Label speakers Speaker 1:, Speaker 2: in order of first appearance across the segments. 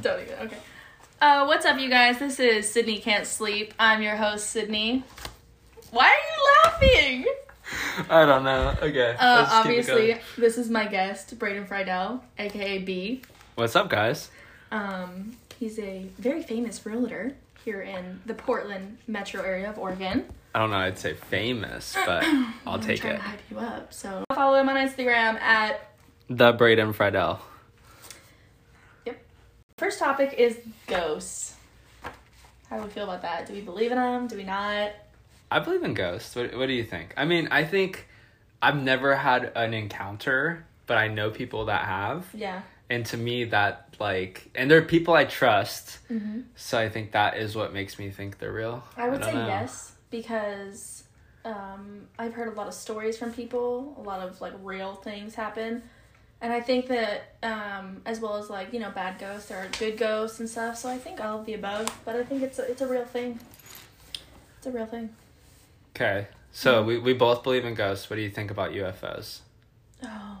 Speaker 1: Don't even. Okay. Uh, what's up, you guys? This is Sydney Can't Sleep. I'm your host, Sydney. Why are you laughing?
Speaker 2: I don't know. Okay.
Speaker 1: Uh,
Speaker 2: let's keep it
Speaker 1: obviously,
Speaker 2: going.
Speaker 1: this is my guest, Braden Friedel, aka B.
Speaker 2: What's up, guys?
Speaker 1: Um, he's a very famous realtor here in the Portland metro area of Oregon.
Speaker 2: I don't know. I'd say famous, but I'll take
Speaker 1: trying
Speaker 2: it.
Speaker 1: to hype you up. So follow him on Instagram at
Speaker 2: The Braden Friedel.
Speaker 1: First topic is ghosts. How do we feel about that? Do we believe in them? Do we not?
Speaker 2: I believe in ghosts. What, what do you think? I mean, I think I've never had an encounter, but I know people that have.
Speaker 1: Yeah.
Speaker 2: And to me, that, like, and they're people I trust.
Speaker 1: Mm-hmm.
Speaker 2: So I think that is what makes me think they're real.
Speaker 1: I would
Speaker 2: don't
Speaker 1: say
Speaker 2: know.
Speaker 1: yes because um, I've heard a lot of stories from people, a lot of like real things happen. And I think that, um, as well as like, you know, bad ghosts, there are good ghosts and stuff. So I think all of the above, but I think it's a, it's a real thing. It's a real thing.
Speaker 2: Okay.
Speaker 1: Hmm.
Speaker 2: So we, we both believe in ghosts. What do you think about UFOs?
Speaker 1: Oh.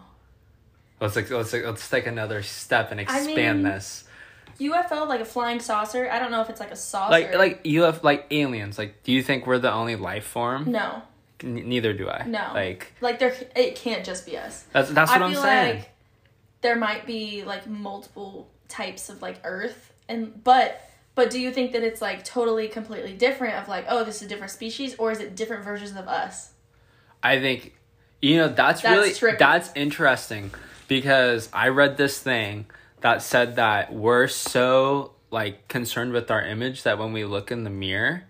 Speaker 2: Let's like, let's like, let's take another step and
Speaker 1: I
Speaker 2: expand
Speaker 1: mean,
Speaker 2: this.
Speaker 1: UFO, like a flying saucer. I don't know if it's like a saucer.
Speaker 2: Like like UF like aliens. Like do you think we're the only life form?
Speaker 1: No.
Speaker 2: N- neither do I.
Speaker 1: No.
Speaker 2: Like
Speaker 1: Like, there, it can't just be us.
Speaker 2: that's that's what
Speaker 1: I
Speaker 2: I'm
Speaker 1: feel
Speaker 2: saying.
Speaker 1: like there might be like multiple types of like Earth, and but but do you think that it's like totally completely different of like oh this is a different species or is it different versions of us?
Speaker 2: I think you know that's,
Speaker 1: That's
Speaker 2: really
Speaker 1: trippy.
Speaker 2: that's interesting because I read this thing that said that we're so like concerned with our image that when we look in the mirror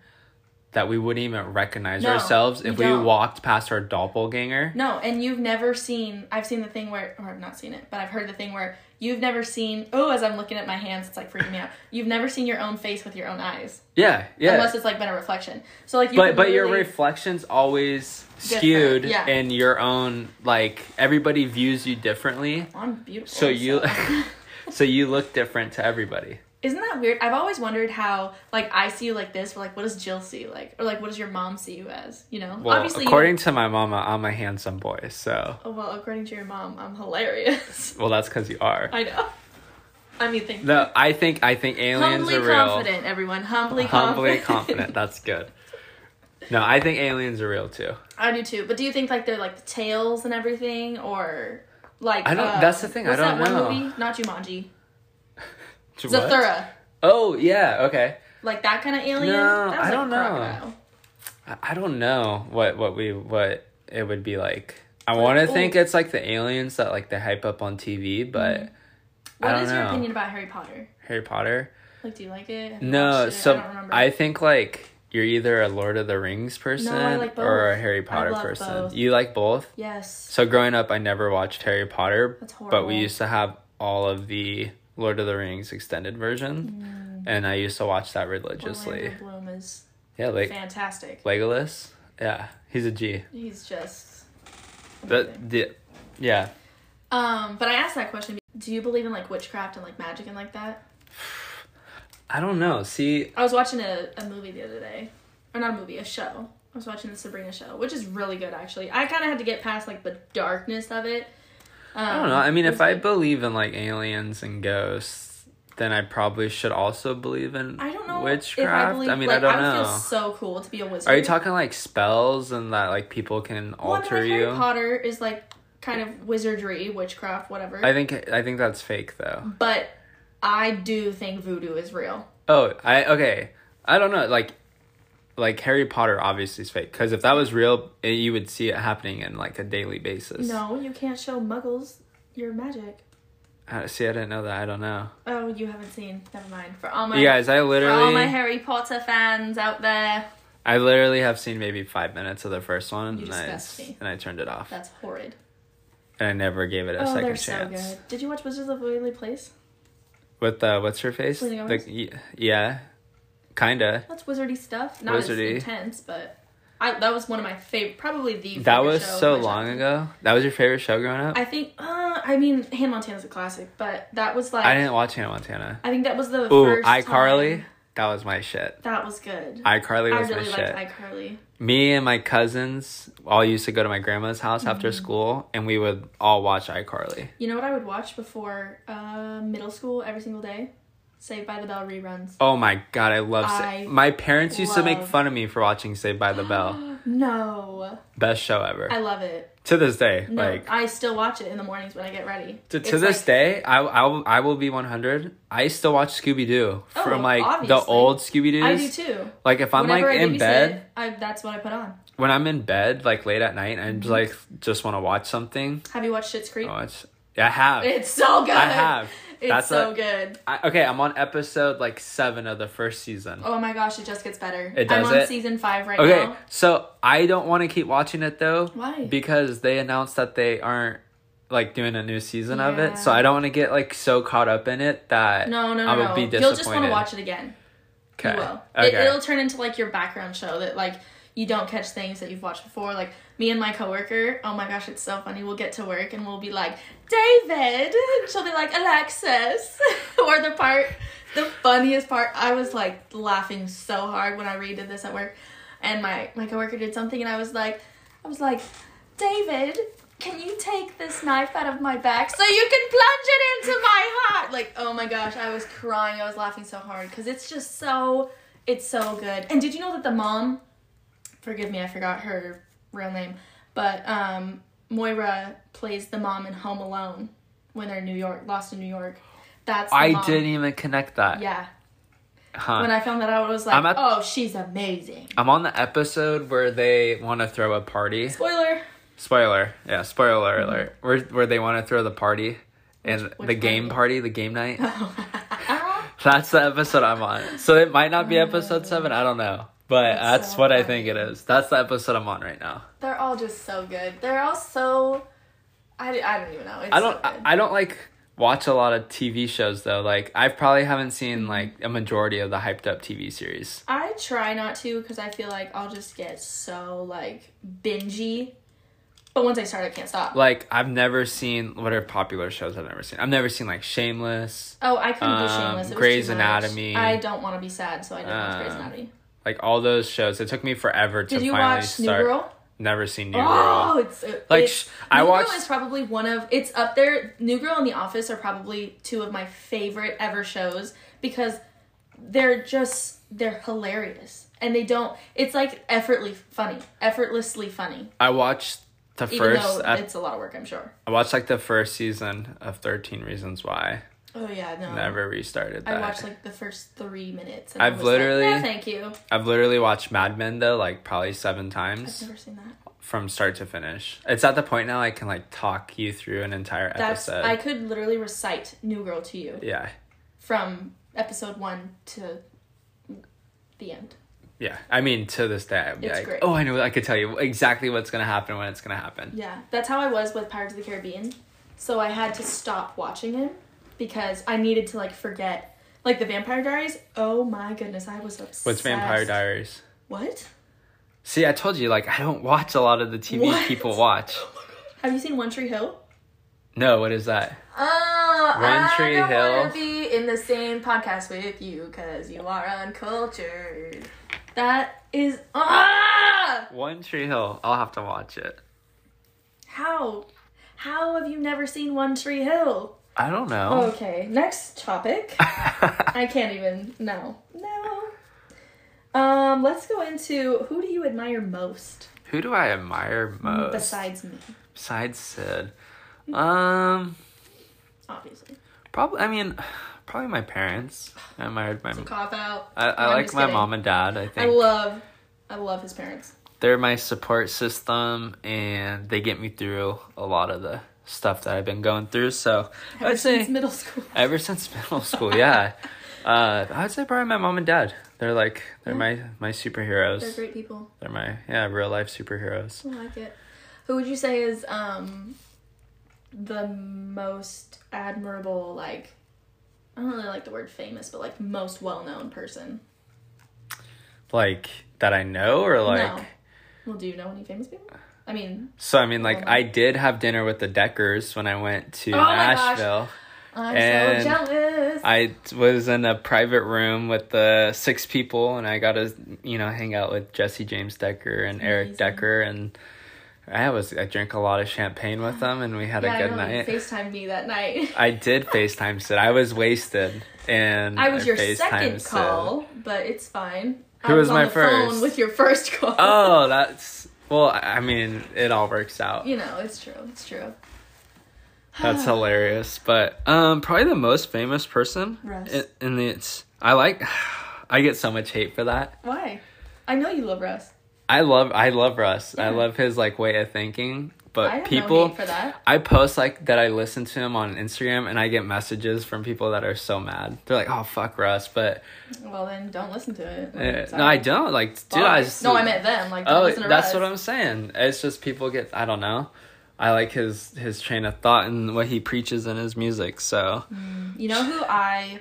Speaker 2: that we wouldn't even recognize
Speaker 1: No,
Speaker 2: ourselves
Speaker 1: you
Speaker 2: if we
Speaker 1: don't.
Speaker 2: walked past our doppelganger.
Speaker 1: No, and you've never seen. I've seen the thing where, or I've not seen it, but I've heard the thing where you've never seen. Oh, as I'm looking at my hands, it's like freaking me out. You've never seen your own face with your own eyes,
Speaker 2: Yeah, yeah.
Speaker 1: unless it's like been a reflection. So like you.
Speaker 2: but
Speaker 1: can
Speaker 2: but your
Speaker 1: literally-
Speaker 2: reflections always skewed
Speaker 1: yeah.
Speaker 2: and your own like everybody views you differently
Speaker 1: Oh, I'm beautiful.
Speaker 2: so you so you look different to everybody
Speaker 1: Isn't that weird? I've always wondered how, like, I see you like this, but like, what does Jill see you like, or like, what does your mom see you as? You know,
Speaker 2: well
Speaker 1: you-
Speaker 2: according to my mama i'm a handsome boy so
Speaker 1: oh, well, according to your mom, I'm hilarious.
Speaker 2: well that's because you are
Speaker 1: I know. I mean, thank
Speaker 2: no i think i think
Speaker 1: you.
Speaker 2: aliens
Speaker 1: Humbly
Speaker 2: are real
Speaker 1: confident, everyone. Humbly,
Speaker 2: humbly
Speaker 1: confident.
Speaker 2: confident that's good no i think aliens are real too
Speaker 1: I do too. But do you think like they're like the tails and everything, or like
Speaker 2: I don't-
Speaker 1: uh,
Speaker 2: that's the thing, I
Speaker 1: what's
Speaker 2: don't
Speaker 1: that
Speaker 2: know.
Speaker 1: One movie? Not Jumanji.
Speaker 2: What?
Speaker 1: Zathura.
Speaker 2: oh yeah okay
Speaker 1: Like that kind of alien. that
Speaker 2: No,
Speaker 1: was,
Speaker 2: I
Speaker 1: like,
Speaker 2: don't
Speaker 1: a
Speaker 2: know.
Speaker 1: crocodile.
Speaker 2: I- I don't know what what we what it would be like. I want to
Speaker 1: ooh.
Speaker 2: think it's like the aliens that like they hype up on TV, but I
Speaker 1: What
Speaker 2: don't
Speaker 1: is your
Speaker 2: know.
Speaker 1: opinion about Harry Potter?
Speaker 2: Harry Potter.
Speaker 1: Like, do you like it? Have you watched
Speaker 2: No,
Speaker 1: it?
Speaker 2: so
Speaker 1: Oh, I don't remember.
Speaker 2: I, think like you're either a Lord of the Rings person
Speaker 1: like
Speaker 2: or a
Speaker 1: both.
Speaker 2: Harry
Speaker 1: I
Speaker 2: Potter
Speaker 1: love
Speaker 2: person.
Speaker 1: both.
Speaker 2: You like both?
Speaker 1: yes.
Speaker 2: So growing up, I never watched Harry Potter,
Speaker 1: That's
Speaker 2: but
Speaker 1: horrible.
Speaker 2: we used to have all of the Lord of the Rings extended
Speaker 1: Mm.
Speaker 2: version, and I used to watch that religiously.
Speaker 1: Orlando Bloom is
Speaker 2: Yeah, like
Speaker 1: fantastic.
Speaker 2: Legolas. Yeah, he's a G.
Speaker 1: He's just. amazing.
Speaker 2: That, the, yeah,
Speaker 1: um, but I asked that question. Do you believe in like witchcraft and like magic and like that?
Speaker 2: I don't know. See,
Speaker 1: I was watching a, a movie the other day, or not a movie, a show. I was watching the Sabrina show, which is really good actually. I kind of had to get past like the darkness of it. Um,
Speaker 2: I don't know. I mean,
Speaker 1: it
Speaker 2: if
Speaker 1: was
Speaker 2: I
Speaker 1: good.
Speaker 2: believe in like aliens and ghosts, then I probably should also believe in
Speaker 1: I don't know
Speaker 2: witchcraft.
Speaker 1: If
Speaker 2: I,
Speaker 1: I, believe,
Speaker 2: mean,
Speaker 1: like,
Speaker 2: I don't
Speaker 1: would
Speaker 2: know.
Speaker 1: feel so cool to be a wizard.
Speaker 2: Are you talking like spells and that like people can
Speaker 1: Well, I mean,
Speaker 2: alter
Speaker 1: like,
Speaker 2: you?
Speaker 1: Harry Potter is like kind of wizardry, witchcraft, whatever.
Speaker 2: I think I think that's fake though.
Speaker 1: but I do think voodoo is real.
Speaker 2: Oh, I okay. I don't know. Like like Harry Potter obviously is fake cuz if that was real, it, you would see it happening in like a daily basis.
Speaker 1: No, you can't show muggles your magic.
Speaker 2: I, see, I didn't know that. I don't know.
Speaker 1: Oh, you haven't seen. Never mind. For all my
Speaker 2: You guys, I
Speaker 1: for all my
Speaker 2: literally
Speaker 1: Harry Potter fans out there,
Speaker 2: I literally have seen maybe 5 minutes of the first one
Speaker 1: You
Speaker 2: and I
Speaker 1: disgust me.
Speaker 2: and I turned it off.
Speaker 1: that's horrid.
Speaker 2: and I never gave it a
Speaker 1: oh,
Speaker 2: second
Speaker 1: they're
Speaker 2: chance.
Speaker 1: so good. Did you watch Wizards of Waverly Place?
Speaker 2: With uh, what's her face?
Speaker 1: Selena
Speaker 2: The- y- yeah, kinda.
Speaker 1: That's wizardy stuff. Not
Speaker 2: Wizardy.
Speaker 1: as intense, but I that was one of my favorite, probably the.
Speaker 2: That
Speaker 1: favorite
Speaker 2: was
Speaker 1: show of
Speaker 2: so
Speaker 1: my
Speaker 2: long
Speaker 1: childhood.
Speaker 2: ago. That was your favorite show growing up. I,
Speaker 1: I think. Uh, I mean, Hannah Montana's a classic, but that was like.
Speaker 2: didn't watch Hannah Montana.
Speaker 1: I think that was the
Speaker 2: Ooh,
Speaker 1: first.
Speaker 2: iCarly.
Speaker 1: time-
Speaker 2: That was my shit.
Speaker 1: That was good.
Speaker 2: iCarly
Speaker 1: I
Speaker 2: was
Speaker 1: really
Speaker 2: my shit.
Speaker 1: liked iCarly.
Speaker 2: Me and my cousins all used to go to my grandma's house
Speaker 1: Mm-hmm.
Speaker 2: after school, and we would all watch iCarly.
Speaker 1: You know what I would watch before uh, middle school every single day? Saved by the Bell reruns.
Speaker 2: Oh my god, I love. Sa-
Speaker 1: I
Speaker 2: my parents used to make
Speaker 1: love-
Speaker 2: fun of me for watching Saved by the Bell.
Speaker 1: No,
Speaker 2: Best show ever.
Speaker 1: I love it.
Speaker 2: to this day,
Speaker 1: No,
Speaker 2: like
Speaker 1: I still watch it in the mornings when I get ready.
Speaker 2: to, to
Speaker 1: It's
Speaker 2: this
Speaker 1: like-
Speaker 2: day, I, I will I will be one hundred. I still watch Scooby Doo
Speaker 1: Oh,
Speaker 2: from like the
Speaker 1: obviously.
Speaker 2: old Scooby
Speaker 1: I do
Speaker 2: Doo's.
Speaker 1: too.
Speaker 2: Like if I'm
Speaker 1: Whenever
Speaker 2: like
Speaker 1: I
Speaker 2: in
Speaker 1: babysit,
Speaker 2: bed,
Speaker 1: I, that's what I put on.
Speaker 2: when I'm in bed like late at night and
Speaker 1: Mm-hmm.
Speaker 2: like just want to watch something.
Speaker 1: Have you watched Shit's Creek?
Speaker 2: I watch. Oh, Yeah, I have.
Speaker 1: It's so good.
Speaker 2: I have.
Speaker 1: It's
Speaker 2: That's
Speaker 1: so
Speaker 2: a-
Speaker 1: good.
Speaker 2: I, okay, I'm on episode like seven of the first season.
Speaker 1: Oh my gosh, it just gets better.
Speaker 2: It
Speaker 1: I'm
Speaker 2: does
Speaker 1: on
Speaker 2: it?
Speaker 1: season five right
Speaker 2: Okay,
Speaker 1: now.
Speaker 2: so I don't want to keep watching it though.
Speaker 1: Why?
Speaker 2: Because they announced that they aren't like doing a new season of
Speaker 1: Yeah.
Speaker 2: it, so I don't want to get like so caught up in it that
Speaker 1: No, no,
Speaker 2: I
Speaker 1: no,
Speaker 2: would
Speaker 1: no.
Speaker 2: be disappointed.
Speaker 1: You'll just want to watch it again.
Speaker 2: Okay.
Speaker 1: You will.
Speaker 2: Okay.
Speaker 1: It, it'll turn into like your background show that like you don't catch things that you've watched before. Like me and my coworker. Oh my gosh, it's so funny. We'll get to work and we'll be like David. And she'll be like Alexis. or the part, the funniest part. I was like laughing so hard when I redid this at work, and my my coworker did something and I was like, I was like, David. Can you take this knife out of my back so you can plunge it into my heart? Like, oh my gosh, I was crying. I was laughing so hard because it's just so it's so good. And did you know that the mom, forgive me, I forgot her real name, but um, Moira plays the mom in Home Alone when they're in New York, lost in New York. That's the
Speaker 2: I
Speaker 1: mom.
Speaker 2: didn't even connect that.
Speaker 1: Yeah.
Speaker 2: Huh.
Speaker 1: When I found that out, I was like,
Speaker 2: I'm at-
Speaker 1: oh, she's amazing.
Speaker 2: I'm on the episode where they want to throw a party.
Speaker 1: Spoiler.
Speaker 2: Spoiler, yeah, spoiler alert. Where where they want to throw the party, and
Speaker 1: Mm-hmm. which
Speaker 2: the game party, the game night.
Speaker 1: Oh.
Speaker 2: That's the episode I'm on. So it might not be episode seven. I don't know, but that's,
Speaker 1: That's Uh, so
Speaker 2: what I
Speaker 1: funny.
Speaker 2: think it is. That's the episode I'm on right now.
Speaker 1: they're all just so good. They're all so. I, I don't even know. It's
Speaker 2: I don't.
Speaker 1: So
Speaker 2: I,
Speaker 1: good.
Speaker 2: I don't like watch a lot of TV shows though. Like I probably haven't seen
Speaker 1: Mm-hmm.
Speaker 2: like a majority of the hyped up TV series.
Speaker 1: I try not to because I feel like I'll just get so like bingey. But once I start, I can't stop.
Speaker 2: Like I've never seen what are popular shows I've never seen. I've never seen like Shameless,
Speaker 1: Oh, I couldn't do Shameless.
Speaker 2: Um,
Speaker 1: It was
Speaker 2: Grey's
Speaker 1: too much.
Speaker 2: Anatomy.
Speaker 1: I don't want to be sad, so I didn't watch Grey's
Speaker 2: Um,
Speaker 1: Anatomy.
Speaker 2: like all those shows. It took me forever to
Speaker 1: Did you
Speaker 2: finally
Speaker 1: watch
Speaker 2: start.
Speaker 1: New Girl?
Speaker 2: Never seen New Girl.
Speaker 1: Oh, it's it-
Speaker 2: Like,
Speaker 1: it-
Speaker 2: sh- I
Speaker 1: New
Speaker 2: watched-
Speaker 1: Girl is probably one of it's up there. New Girl and The Office are probably two of my favorite ever shows because they're just they're hilarious and they don't. It's like effortlessly funny, effortlessly funny.
Speaker 2: I watched the
Speaker 1: Even
Speaker 2: first.
Speaker 1: though
Speaker 2: ep-
Speaker 1: it's a lot of work, I'm sure.
Speaker 2: I watched like the first season of Thirteen Reasons Why.
Speaker 1: Oh yeah, no.
Speaker 2: Never restarted that.
Speaker 1: I watched like the first three minutes. And
Speaker 2: I've
Speaker 1: I was like,
Speaker 2: literally-
Speaker 1: "No, thank you.
Speaker 2: I've literally watched Mad Men though, like probably seven
Speaker 1: I've
Speaker 2: times.
Speaker 1: never seen that.
Speaker 2: from start to finish. It's at the point now I can like talk you through an entire
Speaker 1: That's
Speaker 2: episode.
Speaker 1: I could literally recite New Girl to you
Speaker 2: yeah.
Speaker 1: from episode one to the end. Yeah.
Speaker 2: Yeah. I mean, to this day, I'd be
Speaker 1: It's
Speaker 2: like,
Speaker 1: great.
Speaker 2: oh, I know, I could tell you exactly what's going to happen when it's going to happen.
Speaker 1: Yeah, that's how I was with Pirates of the Caribbean. So I had to stop watching him because I needed to like forget. Like the Vampire Diaries. Oh my goodness, I was obsessed.
Speaker 2: What's Vampire Diaries?
Speaker 1: What?
Speaker 2: See, I told you, like, I don't watch a lot of the TV
Speaker 1: What?
Speaker 2: people watch.
Speaker 1: Have you seen One Tree Hill?
Speaker 2: No, what is that?
Speaker 1: Oh,
Speaker 2: One
Speaker 1: I
Speaker 2: Tree
Speaker 1: don't
Speaker 2: Hill.
Speaker 1: want to be in the same podcast with you because you are uncultured. That is ah!
Speaker 2: One Tree Hill. I'll have to watch it.
Speaker 1: How? How have you never seen One Tree Hill?
Speaker 2: I don't know.
Speaker 1: Okay, next topic. I can't even. No, no. Um, let's go into who do you admire most
Speaker 2: Who do I admire most?
Speaker 1: besides me,
Speaker 2: Besides Sid. Um,
Speaker 1: obviously.
Speaker 2: probably, I mean, probably my parents. I admired my,
Speaker 1: Cop out.
Speaker 2: I, I
Speaker 1: I'm
Speaker 2: like
Speaker 1: just
Speaker 2: my
Speaker 1: kidding.
Speaker 2: mom and dad, I think.
Speaker 1: I love, I love his parents.
Speaker 2: they're my support system and they get me through a lot of the stuff that I've been going through. So I
Speaker 1: Ever
Speaker 2: would say
Speaker 1: since middle school.
Speaker 2: ever since middle school, yeah. Uh, I would say probably my mom and dad. They're like they're my my superheroes.
Speaker 1: They're
Speaker 2: They're,
Speaker 1: great people.
Speaker 2: my yeah real life superheroes.
Speaker 1: I like it. Who would you say is um the most admirable, like I don't really like the word famous, but like most well known person?
Speaker 2: Like that I know or like
Speaker 1: no. Well, do you know any famous people? I mean,
Speaker 2: so I mean like
Speaker 1: Well,
Speaker 2: I did have dinner with the Deckers when I went to
Speaker 1: Oh my gosh.
Speaker 2: Nashville.
Speaker 1: I'm
Speaker 2: And
Speaker 1: so jealous.
Speaker 2: I was in a private room with the six people, and I got to you know hang out with Jesse James Decker and Eric
Speaker 1: Amazing.
Speaker 2: Decker, and I was I drank a lot of champagne with them, and we had
Speaker 1: yeah,
Speaker 2: a good
Speaker 1: I know. you
Speaker 2: night.
Speaker 1: FaceTime me that night.
Speaker 2: I did Facetime Sid. I was wasted. and
Speaker 1: I was your
Speaker 2: FaceTime
Speaker 1: second
Speaker 2: said-
Speaker 1: call, but it's fine.
Speaker 2: Who
Speaker 1: I was,
Speaker 2: was
Speaker 1: on
Speaker 2: my
Speaker 1: the
Speaker 2: first?
Speaker 1: phone with your first call.
Speaker 2: Oh, that's well. I I mean, it all works out.
Speaker 1: You know, it's true. It's true.
Speaker 2: That's hilarious. But um, probably the most famous person.
Speaker 1: Russ.
Speaker 2: i- And it's I like. I get so much hate for that.
Speaker 1: Why? I know you love Russ.
Speaker 2: I love I love Russ.
Speaker 1: Yeah.
Speaker 2: I love his like way of thinking. But
Speaker 1: I have
Speaker 2: people,
Speaker 1: no hate for that.
Speaker 2: I post like that I listen to him on Instagram and I get messages from people that are so mad. They're like, "Oh fuck Russ," but
Speaker 1: Well, then don't listen to it.
Speaker 2: uh,
Speaker 1: Like,
Speaker 2: no, I
Speaker 1: sorry.
Speaker 2: don't. Like, dude,
Speaker 1: Bye.
Speaker 2: I just
Speaker 1: no, I meant them. Like, don't
Speaker 2: Oh,
Speaker 1: listen to
Speaker 2: that's
Speaker 1: Russ.
Speaker 2: what I'm saying. It's just people get I don't know. I like his his train of thought and what he preaches in his music. So
Speaker 1: You know who I.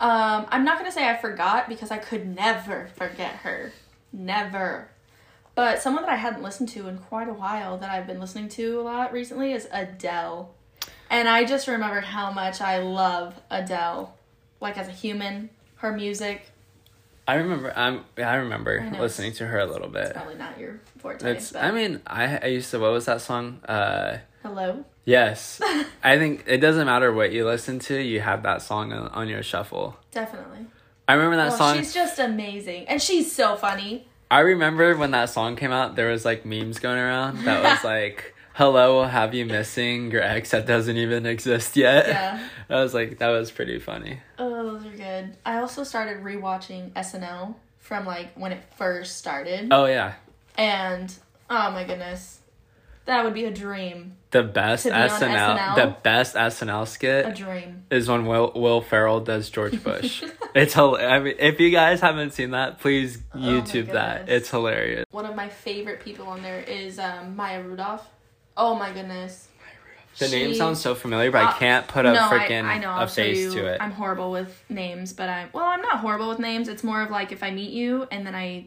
Speaker 1: Um, I'm not gonna say I forgot because I could never forget her, never. But someone that I hadn't listened to in quite a while that I've been listening to a lot recently is Adele, and I just remembered how much I love Adele, like as a human, her music.
Speaker 2: I remember I'm I remember
Speaker 1: I know.
Speaker 2: listening to her a little bit.
Speaker 1: Probably not your forte.
Speaker 2: It's
Speaker 1: but
Speaker 2: I mean I I used to what was that song? Uh
Speaker 1: hello.
Speaker 2: yes. I think it doesn't matter what you listen to, you have that song on, on your shuffle.
Speaker 1: Definitely.
Speaker 2: I remember that
Speaker 1: Well,
Speaker 2: song.
Speaker 1: she's just amazing, and she's so funny.
Speaker 2: I remember when that song came out, there was like memes going around that was like, "Hello, have you missing your ex that doesn't even exist yet?"
Speaker 1: Yeah.
Speaker 2: I was like, that was pretty funny.
Speaker 1: Oh, those are good. I also started rewatching SNL from like when it first started,
Speaker 2: Oh yeah,
Speaker 1: and oh my goodness, that would be a dream,
Speaker 2: the best
Speaker 1: To be on
Speaker 2: SNL,
Speaker 1: SNL?
Speaker 2: the best SNL skit
Speaker 1: a dream.
Speaker 2: is when Will Will Ferrell does George Bush. it's hil- I mean, if you guys haven't seen that, please
Speaker 1: Oh my
Speaker 2: YouTube that.
Speaker 1: goodness.
Speaker 2: It's hilarious.
Speaker 1: One of my favorite people on there is um, Maya Rudolph. Oh my goodness,
Speaker 2: The name
Speaker 1: She-
Speaker 2: sounds so familiar, but I
Speaker 1: Uh,
Speaker 2: can't put a
Speaker 1: no, I-
Speaker 2: freaking
Speaker 1: I know,
Speaker 2: a
Speaker 1: I'll show
Speaker 2: face
Speaker 1: you-
Speaker 2: to it.
Speaker 1: I'm horrible with names, but I'm well. I'm not horrible with names. It's more of like if I meet you and then I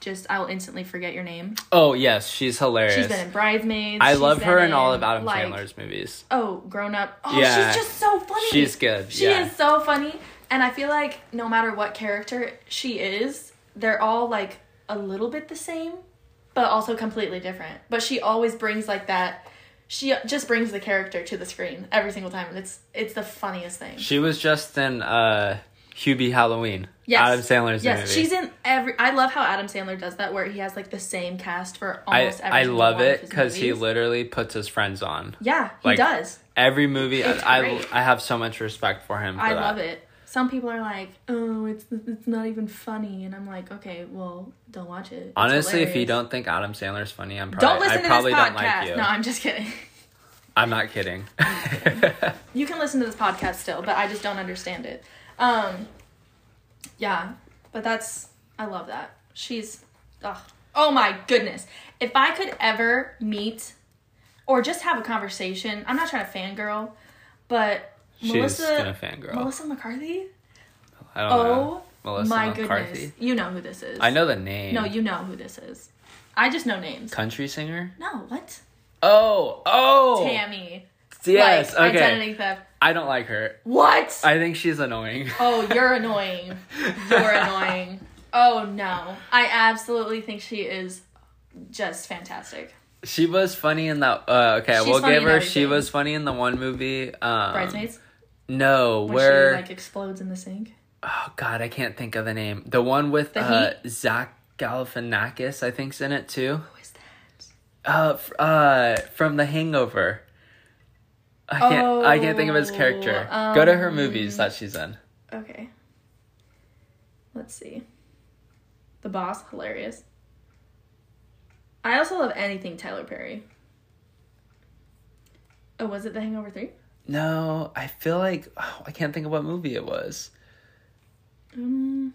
Speaker 1: just I'll instantly forget your name.
Speaker 2: Oh yes, she's hilarious.
Speaker 1: She's been in Bridesmaids.
Speaker 2: I
Speaker 1: she's
Speaker 2: love her
Speaker 1: been
Speaker 2: in all of Adam
Speaker 1: like,
Speaker 2: Sandler's movies.
Speaker 1: Oh, grown up. Oh,
Speaker 2: Yeah.
Speaker 1: she's just so funny.
Speaker 2: She's good.
Speaker 1: She
Speaker 2: yeah.
Speaker 1: is so funny, and I feel like no matter what character she is, they're all like a little bit the same, but also completely different. But she always brings like that. She just brings the character to the screen every single time, and it's it's the funniest thing.
Speaker 2: She was just in uh Hubie Halloween.
Speaker 1: Yes.
Speaker 2: Adam Sandler's
Speaker 1: yes,
Speaker 2: movie.
Speaker 1: she's in every. I love how Adam Sandler does that, where he has like the same cast for
Speaker 2: I,
Speaker 1: almost every.
Speaker 2: I
Speaker 1: single
Speaker 2: love
Speaker 1: one of
Speaker 2: it
Speaker 1: his
Speaker 2: because he
Speaker 1: movies.
Speaker 2: literally puts his friends on
Speaker 1: yeah, he
Speaker 2: like,
Speaker 1: does.
Speaker 2: every movie.
Speaker 1: It's
Speaker 2: I, I
Speaker 1: great.
Speaker 2: I have so much respect for him. For
Speaker 1: I
Speaker 2: that.
Speaker 1: love it. Some people are like, "Oh, it's it's not even funny," and I'm like, "Okay, well, don't watch it." It's
Speaker 2: Honestly, if you
Speaker 1: hilarious."
Speaker 2: don't think Adam Sandler's funny, I'm
Speaker 1: Don't
Speaker 2: probably
Speaker 1: listen
Speaker 2: I
Speaker 1: to
Speaker 2: probably
Speaker 1: this
Speaker 2: don't
Speaker 1: podcast.
Speaker 2: like you.
Speaker 1: No, I'm just kidding.
Speaker 2: I'm not kidding.
Speaker 1: You can listen to this podcast still, but I just don't understand it. Um, yeah, but that's I love that. She's ugh. oh my goodness. If I could ever meet or just have a conversation, I'm not trying to fangirl, but
Speaker 2: she's
Speaker 1: Melissa
Speaker 2: gonna fangirl.
Speaker 1: Melissa McCarthy.
Speaker 2: I don't know.
Speaker 1: Oh
Speaker 2: Melissa
Speaker 1: my
Speaker 2: McCarthy.
Speaker 1: goodness, you know who this is.
Speaker 2: I know the name.
Speaker 1: No, you know who this is. I just know names.
Speaker 2: country singer.
Speaker 1: No, what?
Speaker 2: Oh oh.
Speaker 1: Tammy.
Speaker 2: Yes.
Speaker 1: Like,
Speaker 2: okay.
Speaker 1: Identity theft.
Speaker 2: I don't like her.
Speaker 1: What?
Speaker 2: I think she's annoying.
Speaker 1: Oh, you're annoying. You're annoying. Oh no. I absolutely think she is just fantastic.
Speaker 2: She was funny in that. Uh, okay,
Speaker 1: She's
Speaker 2: we'll
Speaker 1: funny
Speaker 2: give
Speaker 1: in
Speaker 2: her. She
Speaker 1: everything.
Speaker 2: was funny in the one movie. Um,
Speaker 1: Bridesmaids?
Speaker 2: No,
Speaker 1: When
Speaker 2: where?
Speaker 1: she like explodes in the sink.
Speaker 2: oh God, I can't think of the name. The one with
Speaker 1: The
Speaker 2: uh, Zach Galifianakis, I think's in it too.
Speaker 1: Who is that?
Speaker 2: Uh, f- uh, from The Hangover. I can't. I can't think of his character.
Speaker 1: Oh,
Speaker 2: Go to her movies that she's in.
Speaker 1: Okay. Let's see. The boss, hilarious. I also love anything Tyler Perry. Oh, was it The Hangover 3?
Speaker 2: No, I feel like oh, I can't think of what movie it was.
Speaker 1: Um,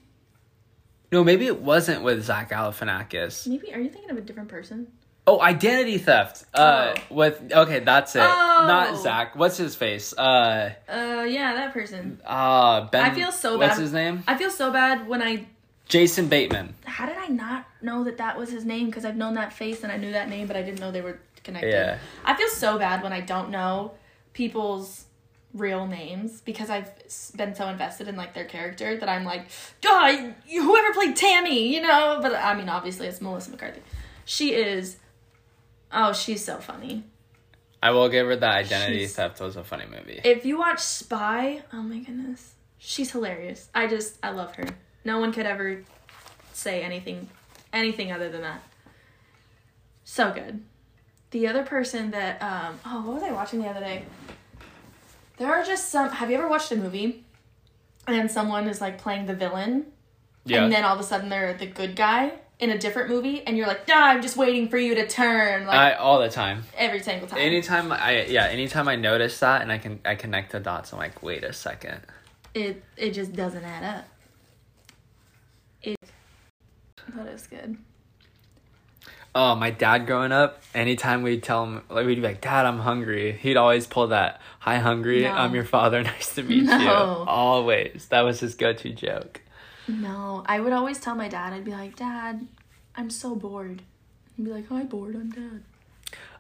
Speaker 2: No, maybe it wasn't with Zach Galifianakis.
Speaker 1: maybe are you thinking of a different person?
Speaker 2: Oh, identity theft. Uh, with okay, that's it. Not
Speaker 1: Oh.
Speaker 2: Zach. What's his face? Uh,
Speaker 1: Uh, yeah, that person.
Speaker 2: uh, Ben.
Speaker 1: I feel so
Speaker 2: What's
Speaker 1: bad.
Speaker 2: his name?
Speaker 1: I feel so bad when I
Speaker 2: Jason Bateman.
Speaker 1: how did I not know that that was his name? Because I've known that face and I knew that name, but I didn't know they were connected.
Speaker 2: Yeah.
Speaker 1: I feel so bad when I don't know people's real names because I've s- been so invested in like their character that I'm like, God, whoever played Tammy, you know. But I mean, obviously it's Melissa McCarthy. She is. Oh, she's so funny.
Speaker 2: I will give her that. Identity
Speaker 1: She's-
Speaker 2: theft was a funny movie.
Speaker 1: If you watch Spy, oh my goodness, she's hilarious. I just I love her. No one could ever say anything anything other than that. So good. The other person that um oh what was I watching the other day? There are just some have you ever watched a movie and someone is like playing the villain
Speaker 2: Yeah.
Speaker 1: and then all of a sudden they're the good guy in a different movie and you're like, nah, I'm just waiting for you to turn like
Speaker 2: I all the time.
Speaker 1: every single time.
Speaker 2: Anytime I yeah, anytime I notice that and I can I connect the dots, I'm like, wait a second.
Speaker 1: it it just doesn't add up. It that is good.
Speaker 2: Oh, my dad growing up, anytime we'd tell him like we'd be like, Dad, I'm hungry, he'd always pull that, Hi hungry,
Speaker 1: No.
Speaker 2: I'm your father, nice to meet you.
Speaker 1: No.
Speaker 2: Always. That was his go to joke.
Speaker 1: No, I would always tell my dad. I'd be like, Dad, I'm so bored. He'd be like, Hi, bored. I'm dad.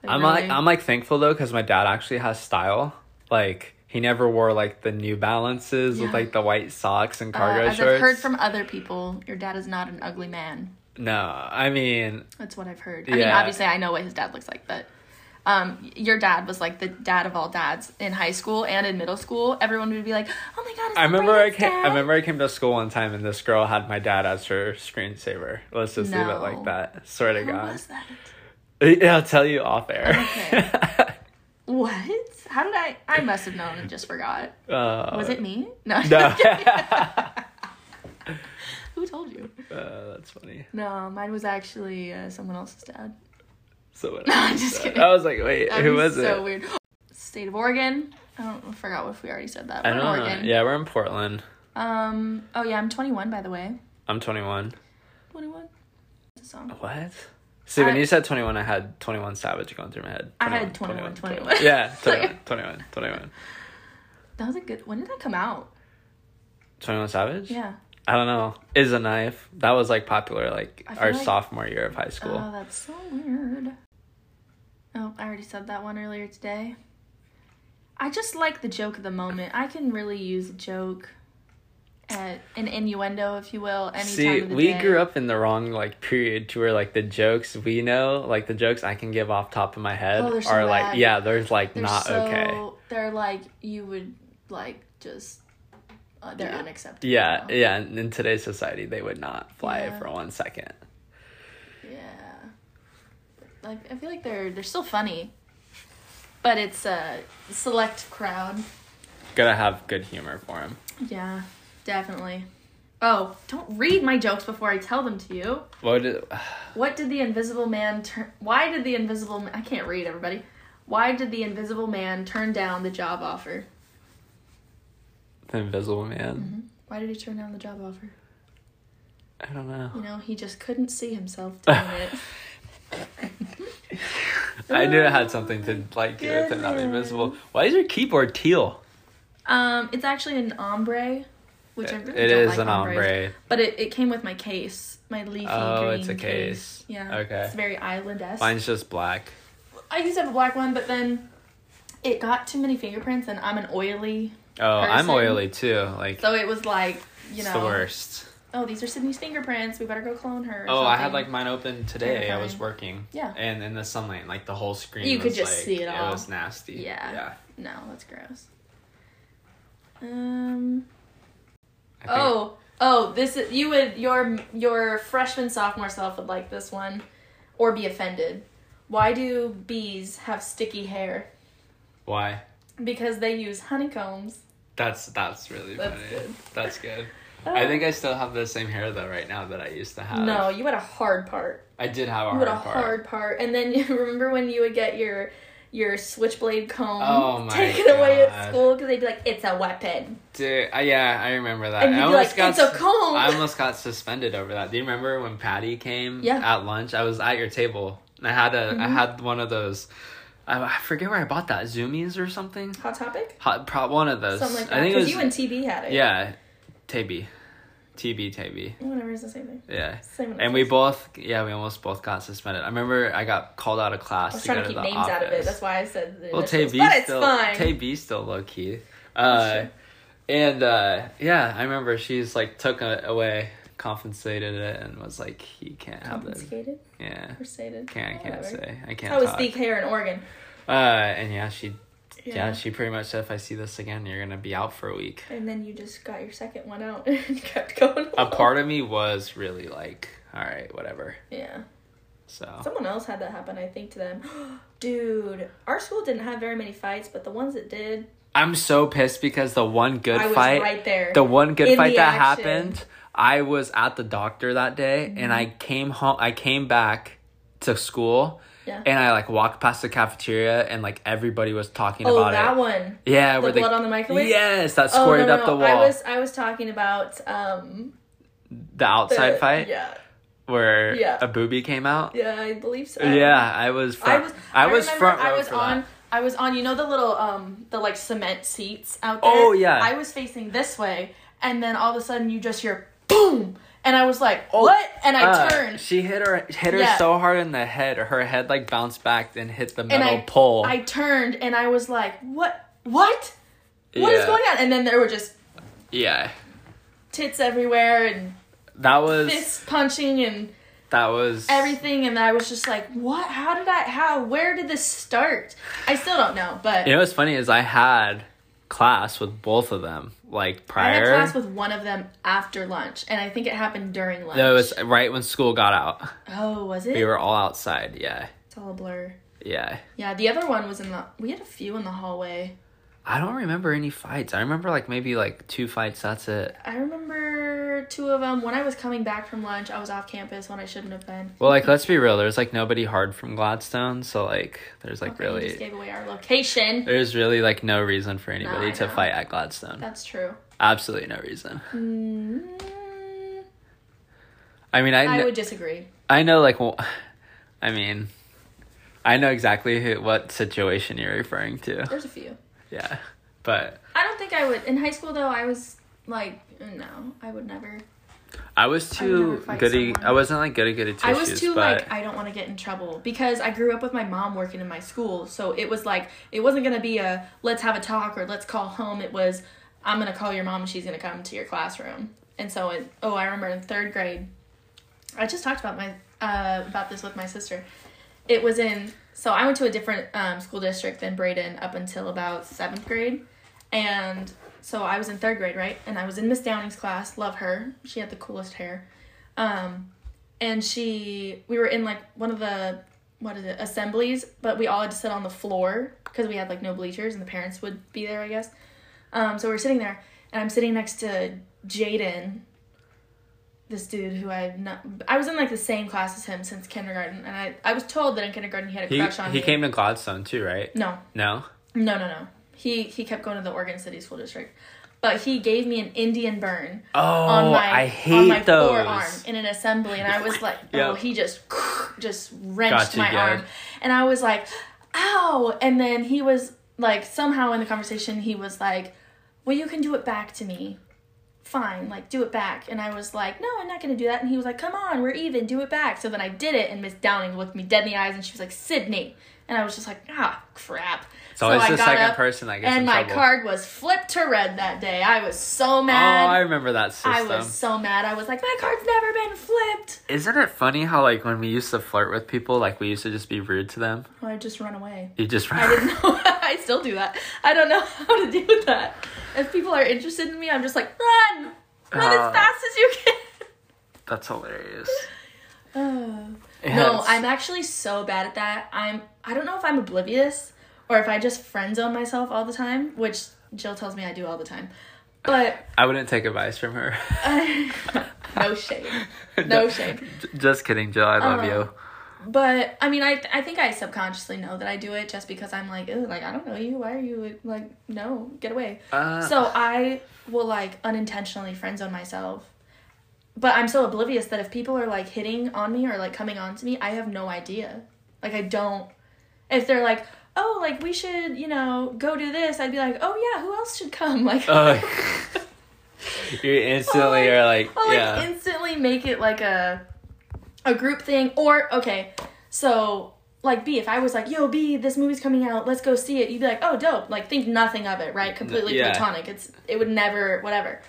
Speaker 1: Like,
Speaker 2: I'm
Speaker 1: really?
Speaker 2: like I'm like thankful though because my dad actually has style. Like he never wore like the New Balances
Speaker 1: Yeah.
Speaker 2: with like the white socks and
Speaker 1: Uh,
Speaker 2: cargo
Speaker 1: as
Speaker 2: shorts.
Speaker 1: I've heard from other people, your dad is not an ugly man.
Speaker 2: no, I mean
Speaker 1: That's what I've heard. I mean,
Speaker 2: Yeah.
Speaker 1: obviously, I know what his dad looks like, but um, y- your dad was like the dad of all dads in high school and in middle school. Everyone would be like, "Oh my god!" It's
Speaker 2: I
Speaker 1: the
Speaker 2: remember I
Speaker 1: brightest
Speaker 2: came,
Speaker 1: dad."
Speaker 2: I remember I came to school one time and this girl had my dad as her screensaver. Let's just leave it
Speaker 1: No.
Speaker 2: like that. Swear to
Speaker 1: Who
Speaker 2: God.
Speaker 1: was that?
Speaker 2: I'll tell you off air.
Speaker 1: Okay. What? How did I? I must have known and just forgot.
Speaker 2: uh,
Speaker 1: Was it me? No.
Speaker 2: No.
Speaker 1: Who told you?
Speaker 2: Uh, that's funny.
Speaker 1: No, mine was actually uh, someone else's dad.
Speaker 2: So what
Speaker 1: No,
Speaker 2: I
Speaker 1: I'm just
Speaker 2: said-
Speaker 1: kidding.
Speaker 2: I was like, wait,
Speaker 1: That
Speaker 2: who was
Speaker 1: so
Speaker 2: it?
Speaker 1: weird. State of Oregon. I don't I forgot if we already said that.
Speaker 2: I
Speaker 1: We're in
Speaker 2: don't know.
Speaker 1: Oregon.
Speaker 2: Yeah, we're in Portland.
Speaker 1: Um. Oh yeah, I'm 21 by the way.
Speaker 2: I'm 21.
Speaker 1: 21. That's a song.
Speaker 2: What? See, when
Speaker 1: I-
Speaker 2: you said 21, I had 21 Savage going through my head.
Speaker 1: I had 21, 21.
Speaker 2: Yeah, 21, 21, 21.
Speaker 1: That was a good. When did that come out?
Speaker 2: 21 Savage?
Speaker 1: Yeah.
Speaker 2: I don't know. Is a knife. That was like popular like
Speaker 1: I feel
Speaker 2: our
Speaker 1: like-
Speaker 2: sophomore year of high school.
Speaker 1: Oh, that's so weird. Oh, I already said that one earlier today. I just like the joke of the moment. I can really use a joke, at an innuendo, if you will, any
Speaker 2: See,
Speaker 1: time of the
Speaker 2: we
Speaker 1: day.
Speaker 2: grew up in the wrong like period to where like the jokes we know, like the jokes I can give off top of my head
Speaker 1: Oh, they're so
Speaker 2: are like
Speaker 1: bad.
Speaker 2: yeah, there's like
Speaker 1: They're
Speaker 2: not
Speaker 1: so,
Speaker 2: okay.
Speaker 1: They're like you would like just. Uh, they're unacceptable.
Speaker 2: Yeah,
Speaker 1: now.
Speaker 2: yeah, in in today's society they would not fly
Speaker 1: Yeah.
Speaker 2: for one second.
Speaker 1: Yeah. Like I feel like they're they're still funny, but it's a select crowd.
Speaker 2: Gotta have good humor for him.
Speaker 1: Yeah, definitely. Oh, don't read my jokes before I tell them to you.
Speaker 2: What did,
Speaker 1: What did the Invisible Man turn? Why did the Invisible Man? I can't read everybody. Why did the Invisible Man turn down the job offer?
Speaker 2: the Invisible Man?
Speaker 1: Why did he turn down the job offer? Mm-hmm.
Speaker 2: I don't know.
Speaker 1: You know, he just couldn't see himself doing it. Oh,
Speaker 2: I knew it had something to like do with it not being visible. Why is your keyboard teal?
Speaker 1: Um, it's actually an ombre, which I really
Speaker 2: it
Speaker 1: don't
Speaker 2: is
Speaker 1: like
Speaker 2: an
Speaker 1: ombres.
Speaker 2: ombre.
Speaker 1: But it, it came with my case, my leafy
Speaker 2: Oh,
Speaker 1: green
Speaker 2: it's a case.
Speaker 1: Yeah.
Speaker 2: Okay.
Speaker 1: It's very island esque.
Speaker 2: Mine's just black.
Speaker 1: I used to have a black one, but then it got too many fingerprints, and I'm an oily,
Speaker 2: Oh, I'm
Speaker 1: Person.
Speaker 2: oily too. Like
Speaker 1: so it was like, you
Speaker 2: it's
Speaker 1: know,
Speaker 2: the worst.
Speaker 1: oh, these are Sydney's fingerprints. We better go clone her. or
Speaker 2: Oh, I had
Speaker 1: something.
Speaker 2: like mine open today. I was
Speaker 1: Terrifying.
Speaker 2: working.
Speaker 1: Yeah.
Speaker 2: And in the sunlight, like the whole screen.
Speaker 1: You could
Speaker 2: was,
Speaker 1: just
Speaker 2: like-
Speaker 1: see it all.
Speaker 2: It was nasty.
Speaker 1: Yeah.
Speaker 2: Yeah.
Speaker 1: no, that's gross. Um.
Speaker 2: I think-
Speaker 1: Oh, oh, this is you would your your freshman sophomore self would like this one, or be offended. Why do bees have sticky hair?
Speaker 2: Why?
Speaker 1: Because they use honeycombs.
Speaker 2: That's that's really
Speaker 1: That's
Speaker 2: funny.
Speaker 1: good. Oh.
Speaker 2: That's good. I think I still have the same hair though right now that I used to have.
Speaker 1: No, you had a hard part.
Speaker 2: I did have a
Speaker 1: You
Speaker 2: hard
Speaker 1: had a
Speaker 2: part.
Speaker 1: hard part, and then you remember when you would get your your switchblade comb
Speaker 2: Oh my
Speaker 1: taken away at
Speaker 2: God.
Speaker 1: school because they'd be like, "It's a weapon,"
Speaker 2: Dude, I, yeah, I remember that.
Speaker 1: and
Speaker 2: I
Speaker 1: you'd be
Speaker 2: almost
Speaker 1: like,
Speaker 2: got
Speaker 1: "It's a
Speaker 2: s-
Speaker 1: comb."
Speaker 2: I almost got suspended over that. Do you remember when Patty came
Speaker 1: Yeah. Mm-hmm.
Speaker 2: at lunch? I was at your table. and I had a I had one of those. I, I forget where I bought that Zoomies or something.
Speaker 1: Hot topic,
Speaker 2: Hot, pro, one of those.
Speaker 1: something like
Speaker 2: I
Speaker 1: that.
Speaker 2: think it
Speaker 1: Because
Speaker 2: was
Speaker 1: you and TB had it.
Speaker 2: yeah, Tabby, TB Tabby.
Speaker 1: whatever is the same thing.
Speaker 2: Yeah.
Speaker 1: Same.
Speaker 2: And we both, yeah, we almost both got suspended. I remember I got called out of class
Speaker 1: I was
Speaker 2: to go
Speaker 1: trying
Speaker 2: to
Speaker 1: to keep
Speaker 2: the
Speaker 1: names
Speaker 2: office.
Speaker 1: out of it. That's why I said. The
Speaker 2: Well,
Speaker 1: initials,
Speaker 2: Tay
Speaker 1: but it's Oh,
Speaker 2: still
Speaker 1: fine.
Speaker 2: Tay B's still low key. Uh,
Speaker 1: Sure.
Speaker 2: and uh, yeah, I remember she's like took it away, compensated it, and was like, "You can't have this."
Speaker 1: Confiscated
Speaker 2: Yeah,
Speaker 1: or sated?
Speaker 2: can't I can't
Speaker 1: Whatever.
Speaker 2: say I
Speaker 1: That
Speaker 2: can't
Speaker 1: was
Speaker 2: talk.
Speaker 1: thick hair in Oregon.
Speaker 2: Uh, and yeah, she Yeah. she pretty much said if I see this again, you're gonna be out for a week.
Speaker 1: And then you just got your second one out and kept going.
Speaker 2: A
Speaker 1: along.
Speaker 2: part of me was really like, all right, whatever.
Speaker 1: Yeah.
Speaker 2: So
Speaker 1: Someone else had that happen, I think, to them. Dude, our school didn't have very many fights, but the ones that did,
Speaker 2: I'm so pissed because the one good
Speaker 1: I was
Speaker 2: fight,
Speaker 1: right there.
Speaker 2: the one good
Speaker 1: in
Speaker 2: fight
Speaker 1: the
Speaker 2: that
Speaker 1: action. Mm-hmm.
Speaker 2: happened, I was at the doctor that day, and I came home. I came back to school,
Speaker 1: Yeah.
Speaker 2: and I like walked past the cafeteria, and like everybody was talking
Speaker 1: oh,
Speaker 2: about
Speaker 1: that
Speaker 2: it.
Speaker 1: one.
Speaker 2: Yeah,
Speaker 1: The
Speaker 2: where
Speaker 1: blood on the microwave?
Speaker 2: Yes, that
Speaker 1: Oh, no,
Speaker 2: squirted
Speaker 1: no,
Speaker 2: up the
Speaker 1: no.
Speaker 2: wall.
Speaker 1: I was I was talking about um
Speaker 2: the
Speaker 1: the-
Speaker 2: outside fight
Speaker 1: Uh, Yeah,
Speaker 2: where
Speaker 1: Yeah.
Speaker 2: a boobie came out.
Speaker 1: yeah, I believe so.
Speaker 2: Yeah, I was.
Speaker 1: I
Speaker 2: Front,
Speaker 1: was
Speaker 2: I was
Speaker 1: remember
Speaker 2: front row
Speaker 1: I was
Speaker 2: for
Speaker 1: on
Speaker 2: that.
Speaker 1: I was on you know the little um the like cement seats out there.
Speaker 2: Oh, yeah.
Speaker 1: I was facing this way, and then all of a sudden you just hear boom, and I was like what? And I
Speaker 2: Oh, Uh,
Speaker 1: turned.
Speaker 2: She hit her hit her
Speaker 1: Yeah.
Speaker 2: so hard in the head. Her head like bounced back and hit the
Speaker 1: and
Speaker 2: metal
Speaker 1: I
Speaker 2: pole.
Speaker 1: I turned and I was like, "What? What? What
Speaker 2: yeah.
Speaker 1: is going on?" And then there were just
Speaker 2: Yeah,
Speaker 1: tits everywhere and
Speaker 2: that was
Speaker 1: fists punching and
Speaker 2: that was
Speaker 1: everything, and I was just like, "What? How did I? How? Where did this start?" I still don't know, but
Speaker 2: You know what's funny is I had class with both of them like
Speaker 1: I had
Speaker 2: prior.
Speaker 1: class with one of them after lunch, and I think it happened during lunch.
Speaker 2: no, it was right when school got out.
Speaker 1: oh, was it?
Speaker 2: We were all outside. Yeah,
Speaker 1: it's all a blur.
Speaker 2: yeah.
Speaker 1: Yeah, the other one was in the. We had a few in the hallway.
Speaker 2: I don't remember any fights. I remember like maybe like two fights. That's it.
Speaker 1: I remember two of them. When I was coming back from lunch, I was off campus when I shouldn't have been.
Speaker 2: Well, like let's be real. There's like nobody hard from Gladstone, so like there's like
Speaker 1: Okay, you
Speaker 2: really
Speaker 1: just gave away our location.
Speaker 2: there's really like no reason for
Speaker 1: I
Speaker 2: anybody to
Speaker 1: know.
Speaker 2: fight at Gladstone.
Speaker 1: That's true.
Speaker 2: Absolutely no reason.
Speaker 1: Mm,
Speaker 2: I mean, I kn-
Speaker 1: I would disagree.
Speaker 2: I know like well, I mean, I know exactly who what situation you're referring to.
Speaker 1: There's a few.
Speaker 2: Yeah, but
Speaker 1: I don't think I would. In high school, though, I was like, no, I would never.
Speaker 2: I was
Speaker 1: I would never
Speaker 2: too
Speaker 1: fight
Speaker 2: goody.
Speaker 1: someone.
Speaker 2: I wasn't like goody goody two
Speaker 1: I was
Speaker 2: shoes,
Speaker 1: too
Speaker 2: but
Speaker 1: like, I don't want to get in trouble because I grew up with my mom working in my school. So it was like, it wasn't going to be a let's have a talk or let's call home. It was, I'm going to call your mom and she's going to come to your classroom. And so, it, oh, I remember in third grade, I just talked about my uh, about this with my sister. It was in so I went to a different um, school district than Braden up until about seventh grade, and so I was in third grade, right? And I was in Miss Downing's class. Love her. She had the coolest hair. Um, and she, we were in like one of the what is it assemblies, but we all had to sit on the floor because we had like no bleachers, and the parents would be there, I guess. Um, so we're sitting there, and I'm sitting next to Jaden, this dude who I've not, I was in like the same class as him since kindergarten, and I, I was told that in kindergarten he had a
Speaker 2: he
Speaker 1: crush on
Speaker 2: he
Speaker 1: me.
Speaker 2: came to Gladstone too, right?
Speaker 1: No,
Speaker 2: No,
Speaker 1: no, no, no. He he kept going to the Oregon City School District, but he gave me an Indian burn
Speaker 2: oh,
Speaker 1: on my
Speaker 2: I
Speaker 1: on
Speaker 2: hate
Speaker 1: my
Speaker 2: those.
Speaker 1: forearm in an assembly, and I was like, oh,
Speaker 2: Yep.
Speaker 1: he just just wrenched
Speaker 2: Got you
Speaker 1: my
Speaker 2: good.
Speaker 1: arm, and I was like, ow! And then he was like, somehow in the conversation, he was like, well, you can do it back to me. Fine, like do it back. And I was like, no, I'm not gonna do that. And he was like, come on, we're even, do it back. So then I did it, and Miss Downing looked me dead in the eyes, and she was like, Sydney. And I was just like, ah, crap.
Speaker 2: It's always
Speaker 1: so I
Speaker 2: the
Speaker 1: got
Speaker 2: second
Speaker 1: up,
Speaker 2: person that gets
Speaker 1: and
Speaker 2: in
Speaker 1: my
Speaker 2: trouble.
Speaker 1: card was flipped to red that day. I was so
Speaker 2: oh,
Speaker 1: mad.
Speaker 2: I remember that system.
Speaker 1: I was so mad. I was like, my card's never been flipped.
Speaker 2: Isn't it funny how like when we used to flirt with people, like we used to just be rude to them?
Speaker 1: Oh, I just run away.
Speaker 2: You just
Speaker 1: I didn't know. I still do that. I don't know how to deal with that. If people are interested in me, I'm just like, run, run
Speaker 2: Ah.
Speaker 1: as fast as you can.
Speaker 2: That's hilarious.
Speaker 1: Oh. No,
Speaker 2: Yes.
Speaker 1: I'm actually so bad at that. I'm. I don't know if I'm oblivious or if I just friend zone myself all the time, which Jill tells me I do all the time. But
Speaker 2: I wouldn't take advice from her.
Speaker 1: no shade. No shade.
Speaker 2: J- Just kidding, Jill. I love
Speaker 1: Um,
Speaker 2: you.
Speaker 1: But I mean, I I think I subconsciously know that I do it just because I'm like, ooh, like I don't know you. Why are you like, no, get away.
Speaker 2: Uh,
Speaker 1: so I will like unintentionally friend zone myself, but I'm so oblivious that if people are like hitting on me or like coming on to me, I have no idea. Like I don't. If they're like, oh, like we should, you know, go do this, I'd be like, oh yeah, who else should come? Like,
Speaker 2: Uh, you instantly
Speaker 1: I'll,
Speaker 2: are like,
Speaker 1: I'll, like
Speaker 2: yeah.
Speaker 1: instantly make it like a a group thing or okay so like b if i was like yo b this movie's coming out let's go see it you'd be like oh dope like think nothing of it right completely
Speaker 2: yeah.
Speaker 1: platonic it's it would never whatever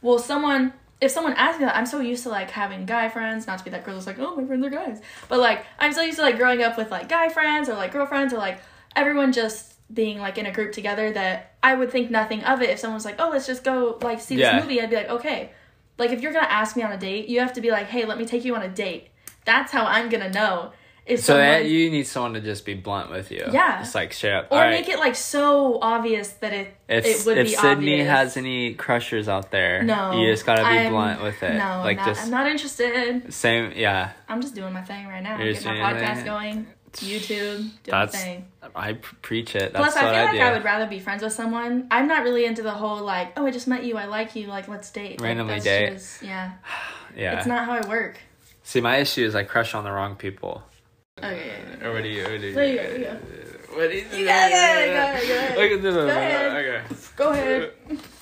Speaker 1: well someone if someone asked me that i'm so used to like having guy friends not to be that girl that's like oh my friends are guys but like i'm so used to like growing up with like guy friends or like girlfriends or like everyone just being like in a group together that I would think nothing of it if someone was like, "Oh, let's just go like see
Speaker 2: Yeah.
Speaker 1: this movie." I'd be like, "Okay." Like if you're going to ask me on a date, you have to be like, "Hey, let me take you on a date." That's how I'm going to know if
Speaker 2: So
Speaker 1: someone
Speaker 2: that you need someone to just be blunt with you.
Speaker 1: Yeah.
Speaker 2: Just like straight up.
Speaker 1: or
Speaker 2: All right.
Speaker 1: make it like so obvious that it
Speaker 2: if
Speaker 1: it would
Speaker 2: if
Speaker 1: be
Speaker 2: Sydney
Speaker 1: obvious.
Speaker 2: has any crushers out there,
Speaker 1: no,
Speaker 2: you just gotta be
Speaker 1: I'm-
Speaker 2: blunt with it.
Speaker 1: No,
Speaker 2: like
Speaker 1: I'm not,
Speaker 2: just
Speaker 1: I'm not interested.
Speaker 2: same. Yeah,
Speaker 1: I'm just doing my thing right now.
Speaker 2: You're
Speaker 1: Get my
Speaker 2: just doing your
Speaker 1: podcast
Speaker 2: thing.
Speaker 1: going. YouTube, doing my
Speaker 2: That's-
Speaker 1: thing.
Speaker 2: I p- preach it. That's
Speaker 1: Plus, I
Speaker 2: what
Speaker 1: feel
Speaker 2: I
Speaker 1: like
Speaker 2: do.
Speaker 1: I would rather be friends with someone. I'm not really into the whole like, oh, I just met you, I like you, like let's date. Like,
Speaker 2: Randomly
Speaker 1: that's
Speaker 2: date.
Speaker 1: just- yeah,
Speaker 2: yeah.
Speaker 1: it's not how I work.
Speaker 2: See, my issue is I crush on the wrong people.
Speaker 1: Okay, yeah, yeah.
Speaker 2: Or what do you? What do you?
Speaker 1: there you go. There you go.
Speaker 2: What do you?
Speaker 1: You got it, you got it, you got it.
Speaker 2: Look at this.
Speaker 1: Go ahead.
Speaker 2: Okay.
Speaker 1: Go ahead.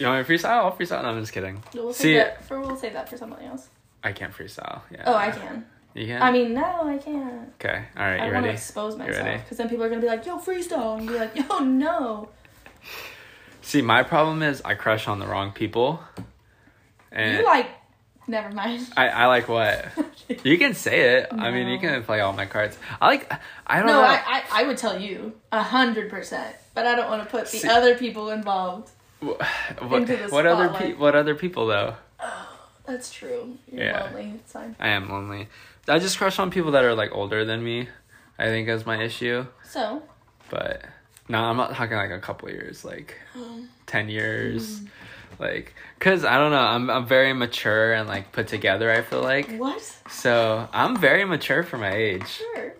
Speaker 2: You want me to freestyle? I'll freestyle. No, I'm just kidding.
Speaker 1: We'll save
Speaker 2: See,
Speaker 1: that for we'll save that for something else.
Speaker 2: I can't freestyle. Yeah.
Speaker 1: Oh, I can.
Speaker 2: You can.
Speaker 1: I mean, no, I can't.
Speaker 2: okay. All right.
Speaker 1: I want
Speaker 2: You
Speaker 1: to
Speaker 2: ready?
Speaker 1: expose
Speaker 2: ready?
Speaker 1: myself because then people are gonna be like, "Yo, freestyle," and be like, "Yo, no."
Speaker 2: See, my problem is I crush on the wrong people. And
Speaker 1: You like, never mind.
Speaker 2: I, Eh. I like what? You can say it. I mean, you
Speaker 1: No.
Speaker 2: can play all my cards. I like. I don't
Speaker 1: No,
Speaker 2: know.
Speaker 1: I, I, I would tell you a hundred percent, but I don't want to put the
Speaker 2: See-
Speaker 1: other people involved.
Speaker 2: what
Speaker 1: into the
Speaker 2: what other pe-
Speaker 1: spotlight.
Speaker 2: what other people though?
Speaker 1: That's true. You're
Speaker 2: Yeah.
Speaker 1: lonely. It's fine.
Speaker 2: I am lonely. I just crush on people that are like older than me. I think is my issue.
Speaker 1: So
Speaker 2: But no, I'm not talking like a couple years, like ten years,
Speaker 1: Mm-hmm.
Speaker 2: like because I don't know. I'm I'm very mature and like put together. I feel like
Speaker 1: what?
Speaker 2: so I'm very mature for my age.
Speaker 1: Sure.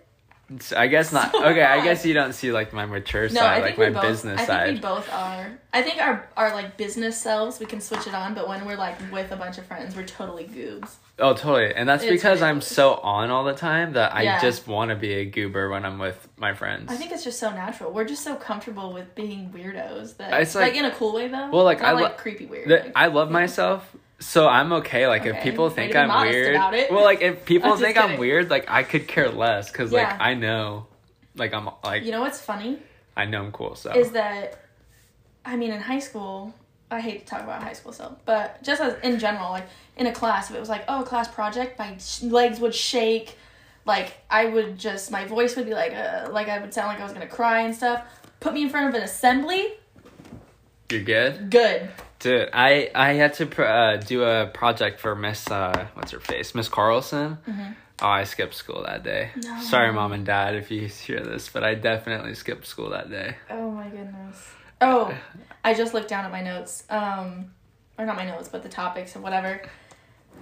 Speaker 2: It's- I guess not.
Speaker 1: So
Speaker 2: okay, I
Speaker 1: am I.
Speaker 2: guess you don't see like my mature
Speaker 1: No, I
Speaker 2: side,
Speaker 1: think
Speaker 2: like
Speaker 1: we
Speaker 2: my
Speaker 1: both.
Speaker 2: business
Speaker 1: I think
Speaker 2: side.
Speaker 1: we both are. I think our our like business selves, we can switch it on, but when we're like with a bunch of friends, we're totally goobs.
Speaker 2: Oh, totally. And that's
Speaker 1: It's
Speaker 2: because I'm
Speaker 1: ridiculous.
Speaker 2: so on all the time that I
Speaker 1: Yeah.
Speaker 2: just want to be a goober when I'm with my friends.
Speaker 1: I think it's just so natural. We're just so comfortable with being weirdos that
Speaker 2: It's
Speaker 1: it's
Speaker 2: like-
Speaker 1: like, in a cool way though.
Speaker 2: Well, like,
Speaker 1: Not
Speaker 2: I
Speaker 1: like
Speaker 2: lo-
Speaker 1: creepy weird.
Speaker 2: That-
Speaker 1: like-
Speaker 2: I love myself, so I'm okay. Like if
Speaker 1: Okay.
Speaker 2: people
Speaker 1: Way to
Speaker 2: think
Speaker 1: be
Speaker 2: I'm
Speaker 1: modest
Speaker 2: weird,
Speaker 1: about it.
Speaker 2: well, like if people
Speaker 1: I'm just
Speaker 2: think I'm
Speaker 1: kidding.
Speaker 2: weird, like I could care less because
Speaker 1: Yeah.
Speaker 2: like I know, like I'm like
Speaker 1: you know what's funny
Speaker 2: I know I'm cool. So
Speaker 1: is that, I mean, in high school, I hate to talk about high school self, but just as in general, like in a class, if it was like oh class project, my sh- legs would shake, like I would just my voice would be like uh, like I would sound like I was gonna cry and stuff. Put me in front of an assembly,
Speaker 2: you're good,
Speaker 1: good.
Speaker 2: dude. I I had to pr- uh, do a project for Miss uh what's her face Miss Carlson. Oh, I skipped school that day.
Speaker 1: No.
Speaker 2: Sorry, mom and dad, if you hear this, but I definitely skipped school that day.
Speaker 1: Oh my goodness. Oh, I just looked down at my notes. Um, or not my notes, but the topics and whatever.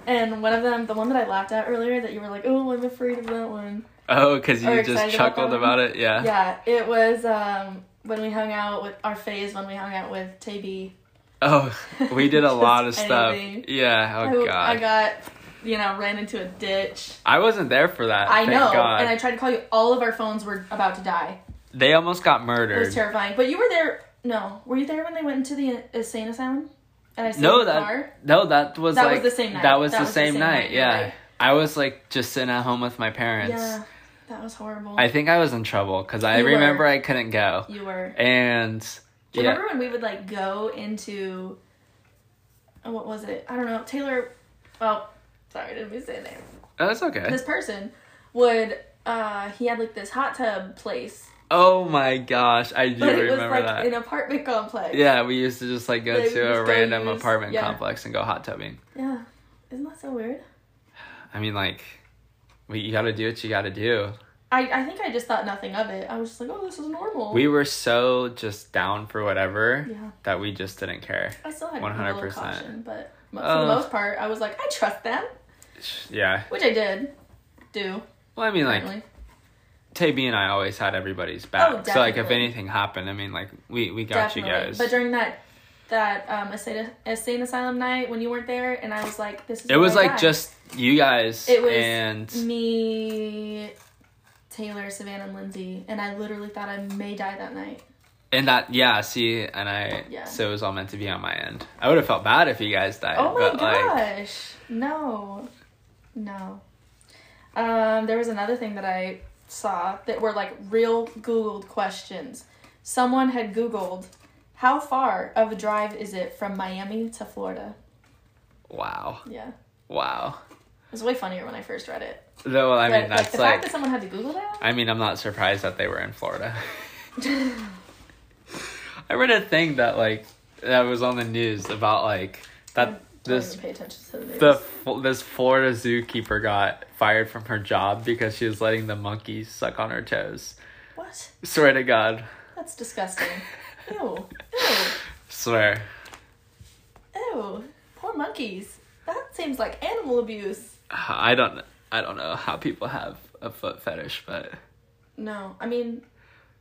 Speaker 1: And one of them, the one that I laughed at earlier, that you were like, "Oh, I'm afraid of that one."
Speaker 2: Oh, because
Speaker 1: Are
Speaker 2: you
Speaker 1: you
Speaker 2: just
Speaker 1: excited about
Speaker 2: chuckled
Speaker 1: that
Speaker 2: about
Speaker 1: one?
Speaker 2: it. Yeah.
Speaker 1: Yeah, it was um when we hung out with our phase when we hung out with TB.
Speaker 2: Oh, we did a
Speaker 1: Just
Speaker 2: lot of stuff.
Speaker 1: anything.
Speaker 2: Yeah. Oh
Speaker 1: I,
Speaker 2: god.
Speaker 1: I got, you know, ran into a ditch.
Speaker 2: I wasn't there for that.
Speaker 1: I
Speaker 2: Uh, thank
Speaker 1: know,
Speaker 2: God.
Speaker 1: and I tried to call you. All of our phones were about to die.
Speaker 2: they almost got
Speaker 1: It was
Speaker 2: murdered.
Speaker 1: terrifying. But you were there. No, were you there when they went into the insane asylum? And I stayed in
Speaker 2: No,
Speaker 1: the
Speaker 2: that
Speaker 1: car?
Speaker 2: no, that was
Speaker 1: That was
Speaker 2: like
Speaker 1: the same night.
Speaker 2: That was
Speaker 1: That
Speaker 2: the
Speaker 1: was the
Speaker 2: same
Speaker 1: same
Speaker 2: night.
Speaker 1: night, you're
Speaker 2: yeah,
Speaker 1: right.
Speaker 2: I was like just sitting at home with my parents.
Speaker 1: Yeah, that was horrible.
Speaker 2: I think I was in trouble because I
Speaker 1: You were.
Speaker 2: remember I couldn't go,
Speaker 1: you were.
Speaker 2: and
Speaker 1: Do you
Speaker 2: yeah,
Speaker 1: remember when we would like go into oh, what was it? I don't know. Taylor. Well, sorry, I didn't mean to say a name.
Speaker 2: oh, that's okay.
Speaker 1: This person would. uh He had like this hot tub place,
Speaker 2: oh my gosh, I do
Speaker 1: but it was
Speaker 2: remember
Speaker 1: like
Speaker 2: that.
Speaker 1: an apartment complex.
Speaker 2: yeah, we used to just like go
Speaker 1: They would
Speaker 2: to a
Speaker 1: just go
Speaker 2: random
Speaker 1: use-
Speaker 2: apartment
Speaker 1: yeah.
Speaker 2: complex and go hot tubbing.
Speaker 1: Yeah. Isn't that so weird?
Speaker 2: I mean, like, we you gotta do what you gotta do.
Speaker 1: I I think I just thought nothing of it. I was just like, oh, this is normal.
Speaker 2: We were so just down for whatever
Speaker 1: Yeah.
Speaker 2: that we just didn't care.
Speaker 1: I still had one hundred
Speaker 2: 100%.
Speaker 1: percent, but mo- for
Speaker 2: Uh.
Speaker 1: the most part, I was like, I trust them,
Speaker 2: Yeah.
Speaker 1: which I did. Do
Speaker 2: Well, I mean, like
Speaker 1: apparently.
Speaker 2: Taybe and I always had everybody's back. so like, if
Speaker 1: Oh, definitely.
Speaker 2: anything happened, I mean, like we we got you guys.
Speaker 1: But during that that um insane, insane asylum night when you weren't there, and I was like, this is.
Speaker 2: it was
Speaker 1: where I
Speaker 2: like
Speaker 1: die.
Speaker 2: just you guys
Speaker 1: It was
Speaker 2: and
Speaker 1: me, Taylor, Savannah, and Lindsay, and I literally thought I may die that night.
Speaker 2: and that yeah. See, and I
Speaker 1: Yeah.
Speaker 2: so it was all meant to be on my end. I would have felt bad if you guys died.
Speaker 1: Oh my
Speaker 2: but like
Speaker 1: gosh! No, no. Um, there was another thing that I saw that were like real Googled questions. Someone had Googled, how far of a drive is it from Miami to Florida?
Speaker 2: wow,
Speaker 1: Yeah,
Speaker 2: wow.
Speaker 1: it was way funnier when I first read it.
Speaker 2: Though well, I mean,
Speaker 1: But, like,
Speaker 2: that's
Speaker 1: the
Speaker 2: like
Speaker 1: fact that someone had to Google that.
Speaker 2: I mean, I'm not surprised that they were in Florida. I read a thing that like that was on the news about like that this
Speaker 1: Don't pay attention to the news.
Speaker 2: the F- this Florida zookeeper got fired from her job because she was letting the monkeys suck on her toes.
Speaker 1: what?
Speaker 2: Swear to God,
Speaker 1: That's disgusting. Ew. Ew.
Speaker 2: swear.
Speaker 1: Ew. Poor monkeys. That seems like animal abuse.
Speaker 2: I don't I don't know how people have a foot fetish, but
Speaker 1: No, I mean,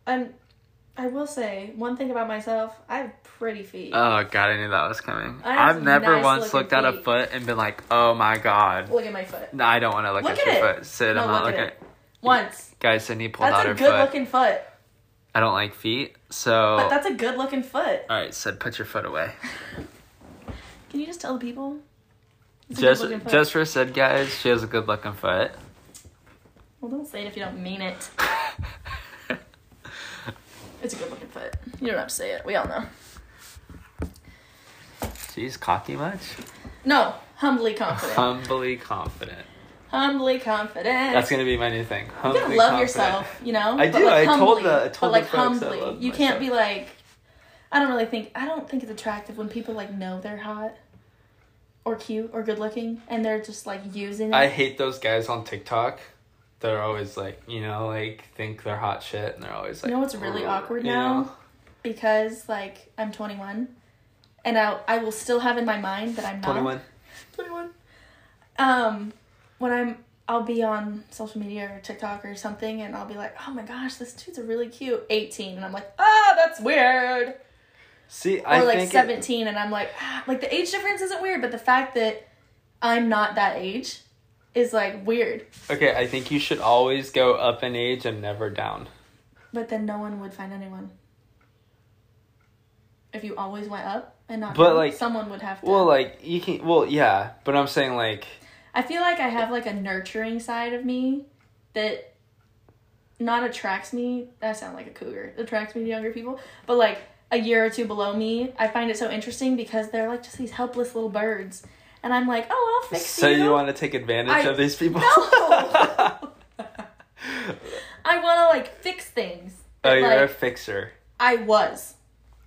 Speaker 1: I'm. I will say one thing about myself. I have pretty feet.
Speaker 2: oh god, I knew that was coming.
Speaker 1: I have
Speaker 2: I've never
Speaker 1: nice
Speaker 2: once
Speaker 1: looking
Speaker 2: looked at a
Speaker 1: feet.
Speaker 2: foot and been like, oh my god,
Speaker 1: Look at my foot.
Speaker 2: no, I don't want to look,
Speaker 1: Look
Speaker 2: at,
Speaker 1: at
Speaker 2: your
Speaker 1: it.
Speaker 2: foot. Sid,
Speaker 1: No,
Speaker 2: I'm not
Speaker 1: look at
Speaker 2: looking.
Speaker 1: it. Once.
Speaker 2: Guys, Sydney pulled
Speaker 1: That's
Speaker 2: out
Speaker 1: a
Speaker 2: her
Speaker 1: good
Speaker 2: foot. Oh.
Speaker 1: looking foot.
Speaker 2: I don't like feet, so.
Speaker 1: But that's a good looking foot.
Speaker 2: All right, Sid, put your foot away.
Speaker 1: Can you just tell the people? It's a
Speaker 2: Just,
Speaker 1: good-looking foot.
Speaker 2: just for Sid, guys, she has a good looking foot.
Speaker 1: Well, don't say it if you don't mean it. It's a good looking foot. You don't have to say it. We all know.
Speaker 2: She's cocky much?
Speaker 1: No, humbly confident.
Speaker 2: Humbly confident.
Speaker 1: humbly confident.
Speaker 2: That's gonna be my new thing.
Speaker 1: You
Speaker 2: Humbly
Speaker 1: gotta love
Speaker 2: confident.
Speaker 1: yourself, you know.
Speaker 2: I do, I told the- I told
Speaker 1: but
Speaker 2: the
Speaker 1: like
Speaker 2: folks I
Speaker 1: humbly,
Speaker 2: love
Speaker 1: you can't
Speaker 2: myself.
Speaker 1: be like. I don't really think. I don't think it's attractive when people like know they're hot, or cute, or good looking, and they're just like using it.
Speaker 2: I hate those guys on TikTok. They're always like, you know, like think they're hot shit, and they're
Speaker 1: You
Speaker 2: always like,
Speaker 1: know what's really
Speaker 2: "Ooh,"
Speaker 1: awkward
Speaker 2: you
Speaker 1: now?
Speaker 2: know?
Speaker 1: because like I'm 21, and I I will still have in my mind that I'm not
Speaker 2: 21.
Speaker 1: 21. Um, when I'm, I'll be on social media or TikTok or something, and I'll be like, oh my gosh, this dude's a really cute 18, and I'm like, oh, that's weird. Or
Speaker 2: See, I
Speaker 1: like
Speaker 2: think it-
Speaker 1: 17, and I'm like, ah, like the age difference isn't weird, but the fact that I'm not that age is like weird.
Speaker 2: okay, I think you should always go up in age and never down.
Speaker 1: But then no one would find anyone. If you always went up and not,
Speaker 2: But,
Speaker 1: down,
Speaker 2: like-
Speaker 1: someone would have to.
Speaker 2: Well, like you can. Well, yeah, but I'm saying like
Speaker 1: I feel like I have like a nurturing side of me that not attracts me. That sound like a cougar. Attracts me to younger people, but like a year or two below me, I find it so interesting because they're like just these helpless little birds, and I'm like, oh, I'll fix
Speaker 2: So
Speaker 1: you.
Speaker 2: you want to take advantage
Speaker 1: I-
Speaker 2: of these people? Oh,
Speaker 1: No! I want to like fix things.
Speaker 2: oh, you're a
Speaker 1: like,
Speaker 2: fixer.
Speaker 1: I was,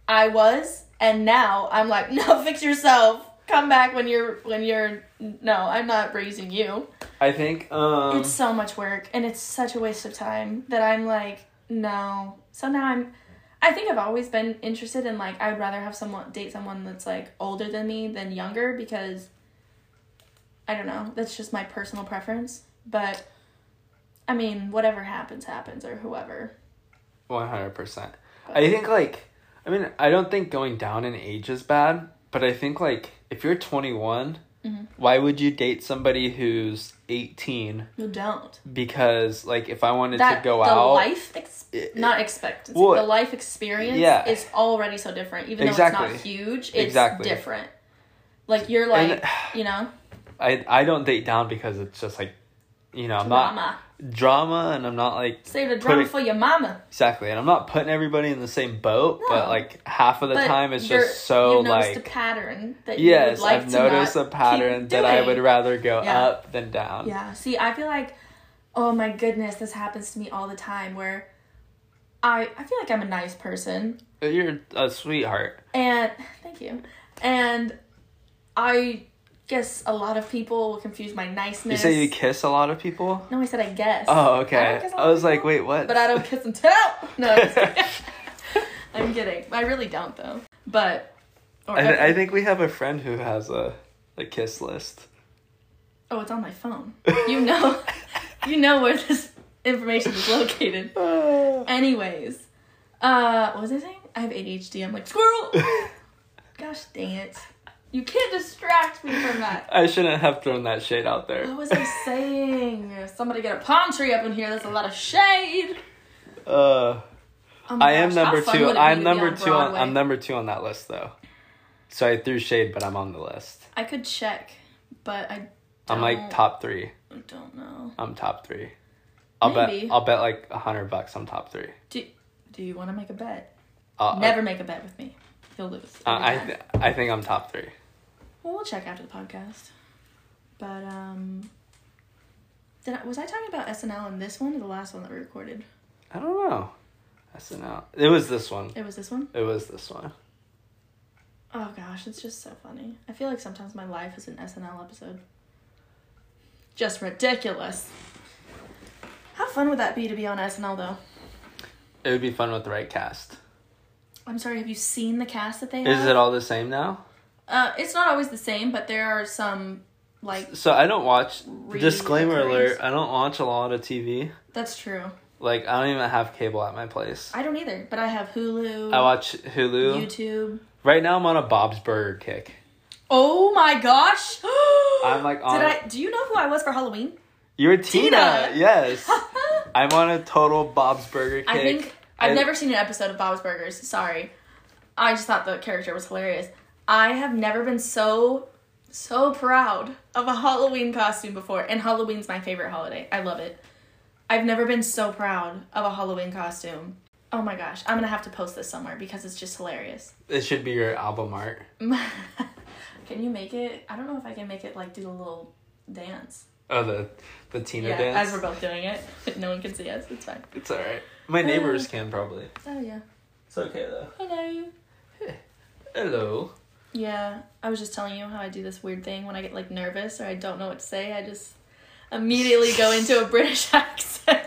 Speaker 1: I was, and now I'm like, no, fix yourself. Come back when you're when you're. No, I'm not raising you.
Speaker 2: I think. Um,
Speaker 1: it's so much work and it's such a waste of time that I'm like, no. So now I'm I think I've always been interested in like I would rather have someone date someone that's like older than me than younger because I don't know, that's just my personal preference. But I mean, whatever happens, happens or whoever.
Speaker 2: One hundred percent. I think like I mean I don't think going down in age is bad, but I think like if you're twenty
Speaker 1: Mm-hmm.
Speaker 2: why would you date somebody who's eighteen?
Speaker 1: You don't.
Speaker 2: Because like if I wanted
Speaker 1: That
Speaker 2: to go
Speaker 1: the
Speaker 2: out,
Speaker 1: life ex-
Speaker 2: It-
Speaker 1: not expectancy.
Speaker 2: Well,
Speaker 1: the life experience
Speaker 2: yeah.
Speaker 1: is already so different. Even though
Speaker 2: Exactly.
Speaker 1: it's not huge, it's
Speaker 2: Exactly.
Speaker 1: different. Like you're like,
Speaker 2: And-
Speaker 1: you know,
Speaker 2: I I don't date down because it's just like, you know, I'm
Speaker 1: drama.
Speaker 2: not drama, and I'm not like
Speaker 1: Save the drama
Speaker 2: Put it-
Speaker 1: for your mama.
Speaker 2: exactly, and I'm not putting everybody in the same boat.
Speaker 1: No.
Speaker 2: But like half of the
Speaker 1: But
Speaker 2: time, it's
Speaker 1: you're-
Speaker 2: just so
Speaker 1: you've noticed
Speaker 2: like
Speaker 1: a pattern that you would
Speaker 2: yes,
Speaker 1: like
Speaker 2: I've
Speaker 1: to
Speaker 2: noticed a
Speaker 1: not
Speaker 2: pattern
Speaker 1: keep
Speaker 2: that I
Speaker 1: doing.
Speaker 2: would rather go
Speaker 1: Yeah.
Speaker 2: up than down.
Speaker 1: Yeah. See, I feel like, oh my goodness, this happens to me all the time. Where, I I feel like I'm a nice person,
Speaker 2: You're a sweetheart.
Speaker 1: and thank you, and I guess a lot of people will confuse my
Speaker 2: You
Speaker 1: niceness.
Speaker 2: say you kiss a lot of people?
Speaker 1: no, I said I guess.
Speaker 2: Oh,
Speaker 1: I
Speaker 2: okay.
Speaker 1: don't kiss a
Speaker 2: I,
Speaker 1: lot of
Speaker 2: was like,
Speaker 1: people,
Speaker 2: wait, what?
Speaker 1: but I don't kiss and tell. No, I'm, just kidding. I'm kidding. I really don't though. But or ever.
Speaker 2: I, I think we have a friend who has a, a kiss list.
Speaker 1: Oh, it's on my phone. You know, you know where this information is located.
Speaker 2: oh,
Speaker 1: Anyways, uh, what was I saying? I have ADHD. I'm like squirrel. Gosh dang it! You can't distract me from that.
Speaker 2: I shouldn't have thrown that shade out there.
Speaker 1: What was I saying? Somebody get a palm tree up in here. That's a lot of shade.
Speaker 2: Uh,
Speaker 1: Oh my
Speaker 2: I am
Speaker 1: gosh,
Speaker 2: number
Speaker 1: how fun
Speaker 2: two.
Speaker 1: would it be
Speaker 2: I'm
Speaker 1: to be
Speaker 2: number
Speaker 1: on
Speaker 2: two. On, I'm
Speaker 1: Broadway?
Speaker 2: number two on that list though. So I threw shade, but I'm on the list.
Speaker 1: I could check, but I.
Speaker 2: I'm like
Speaker 1: Don't.
Speaker 2: top three.
Speaker 1: don't know.
Speaker 2: I'm top three. I'll
Speaker 1: Maybe.
Speaker 2: bet. I'll bet like a hundred bucks. I'm top three.
Speaker 1: Do Do you want to make a bet?
Speaker 2: Uh,
Speaker 1: Never make a bet with me. You'll lose.
Speaker 2: Uh,
Speaker 1: every
Speaker 2: I
Speaker 1: time.
Speaker 2: th- I think I'm top three.
Speaker 1: Well, we'll check after the podcast. But um, did I, was I talking about SNL in this one or the last one that we recorded?
Speaker 2: I don't know. I SNL. It was this one.
Speaker 1: It was this one.
Speaker 2: It was this one.
Speaker 1: Oh gosh, it's just so funny. I feel like sometimes my life is an SNL episode. Just ridiculous. How fun would that be to be on SNL though?
Speaker 2: It would be fun with the right cast.
Speaker 1: I'm sorry, have you seen the cast that they have?
Speaker 2: Is it all the same now?
Speaker 1: Uh, it's not always the same, but there are some like
Speaker 2: So I don't watch.
Speaker 1: Really
Speaker 2: disclaimer
Speaker 1: occurs.
Speaker 2: alert: I don't watch a lot of TV.
Speaker 1: that's true.
Speaker 2: Like I don't even have cable at my place.
Speaker 1: I don't either, but I have Hulu,
Speaker 2: I watch Hulu.
Speaker 1: YouTube.
Speaker 2: Right now, I'm on a Bob's Burger kick.
Speaker 1: Oh my gosh!
Speaker 2: I'm like on.
Speaker 1: Did I? Do you know who I was for Halloween?
Speaker 2: You're Tina.
Speaker 1: Tina!
Speaker 2: Yes.
Speaker 1: I
Speaker 2: I'm on a total Bob's Burger kick.
Speaker 1: think I've
Speaker 2: I-
Speaker 1: never seen an episode of Bob's Burgers. Sorry, I just thought the character was hilarious. I have never been so so proud of a Halloween costume before, and Halloween's my favorite holiday. I love it. I've never been so proud of a Halloween costume. Oh my gosh, I'm gonna have to post this somewhere because it's just hilarious.
Speaker 2: It should be your album art.
Speaker 1: can you make it? I don't know if I can make it like do the little dance.
Speaker 2: Oh, the the Tina
Speaker 1: yeah,
Speaker 2: dance.
Speaker 1: as we're both doing it, no one can see us. It's fine.
Speaker 2: It's all right. My neighbors can probably.
Speaker 1: Oh yeah.
Speaker 2: It's okay though.
Speaker 1: Hello.
Speaker 2: Hello.
Speaker 1: Yeah, I was just telling you how I do this weird thing when I get like nervous or I don't know what to say. I just immediately go into a British accent.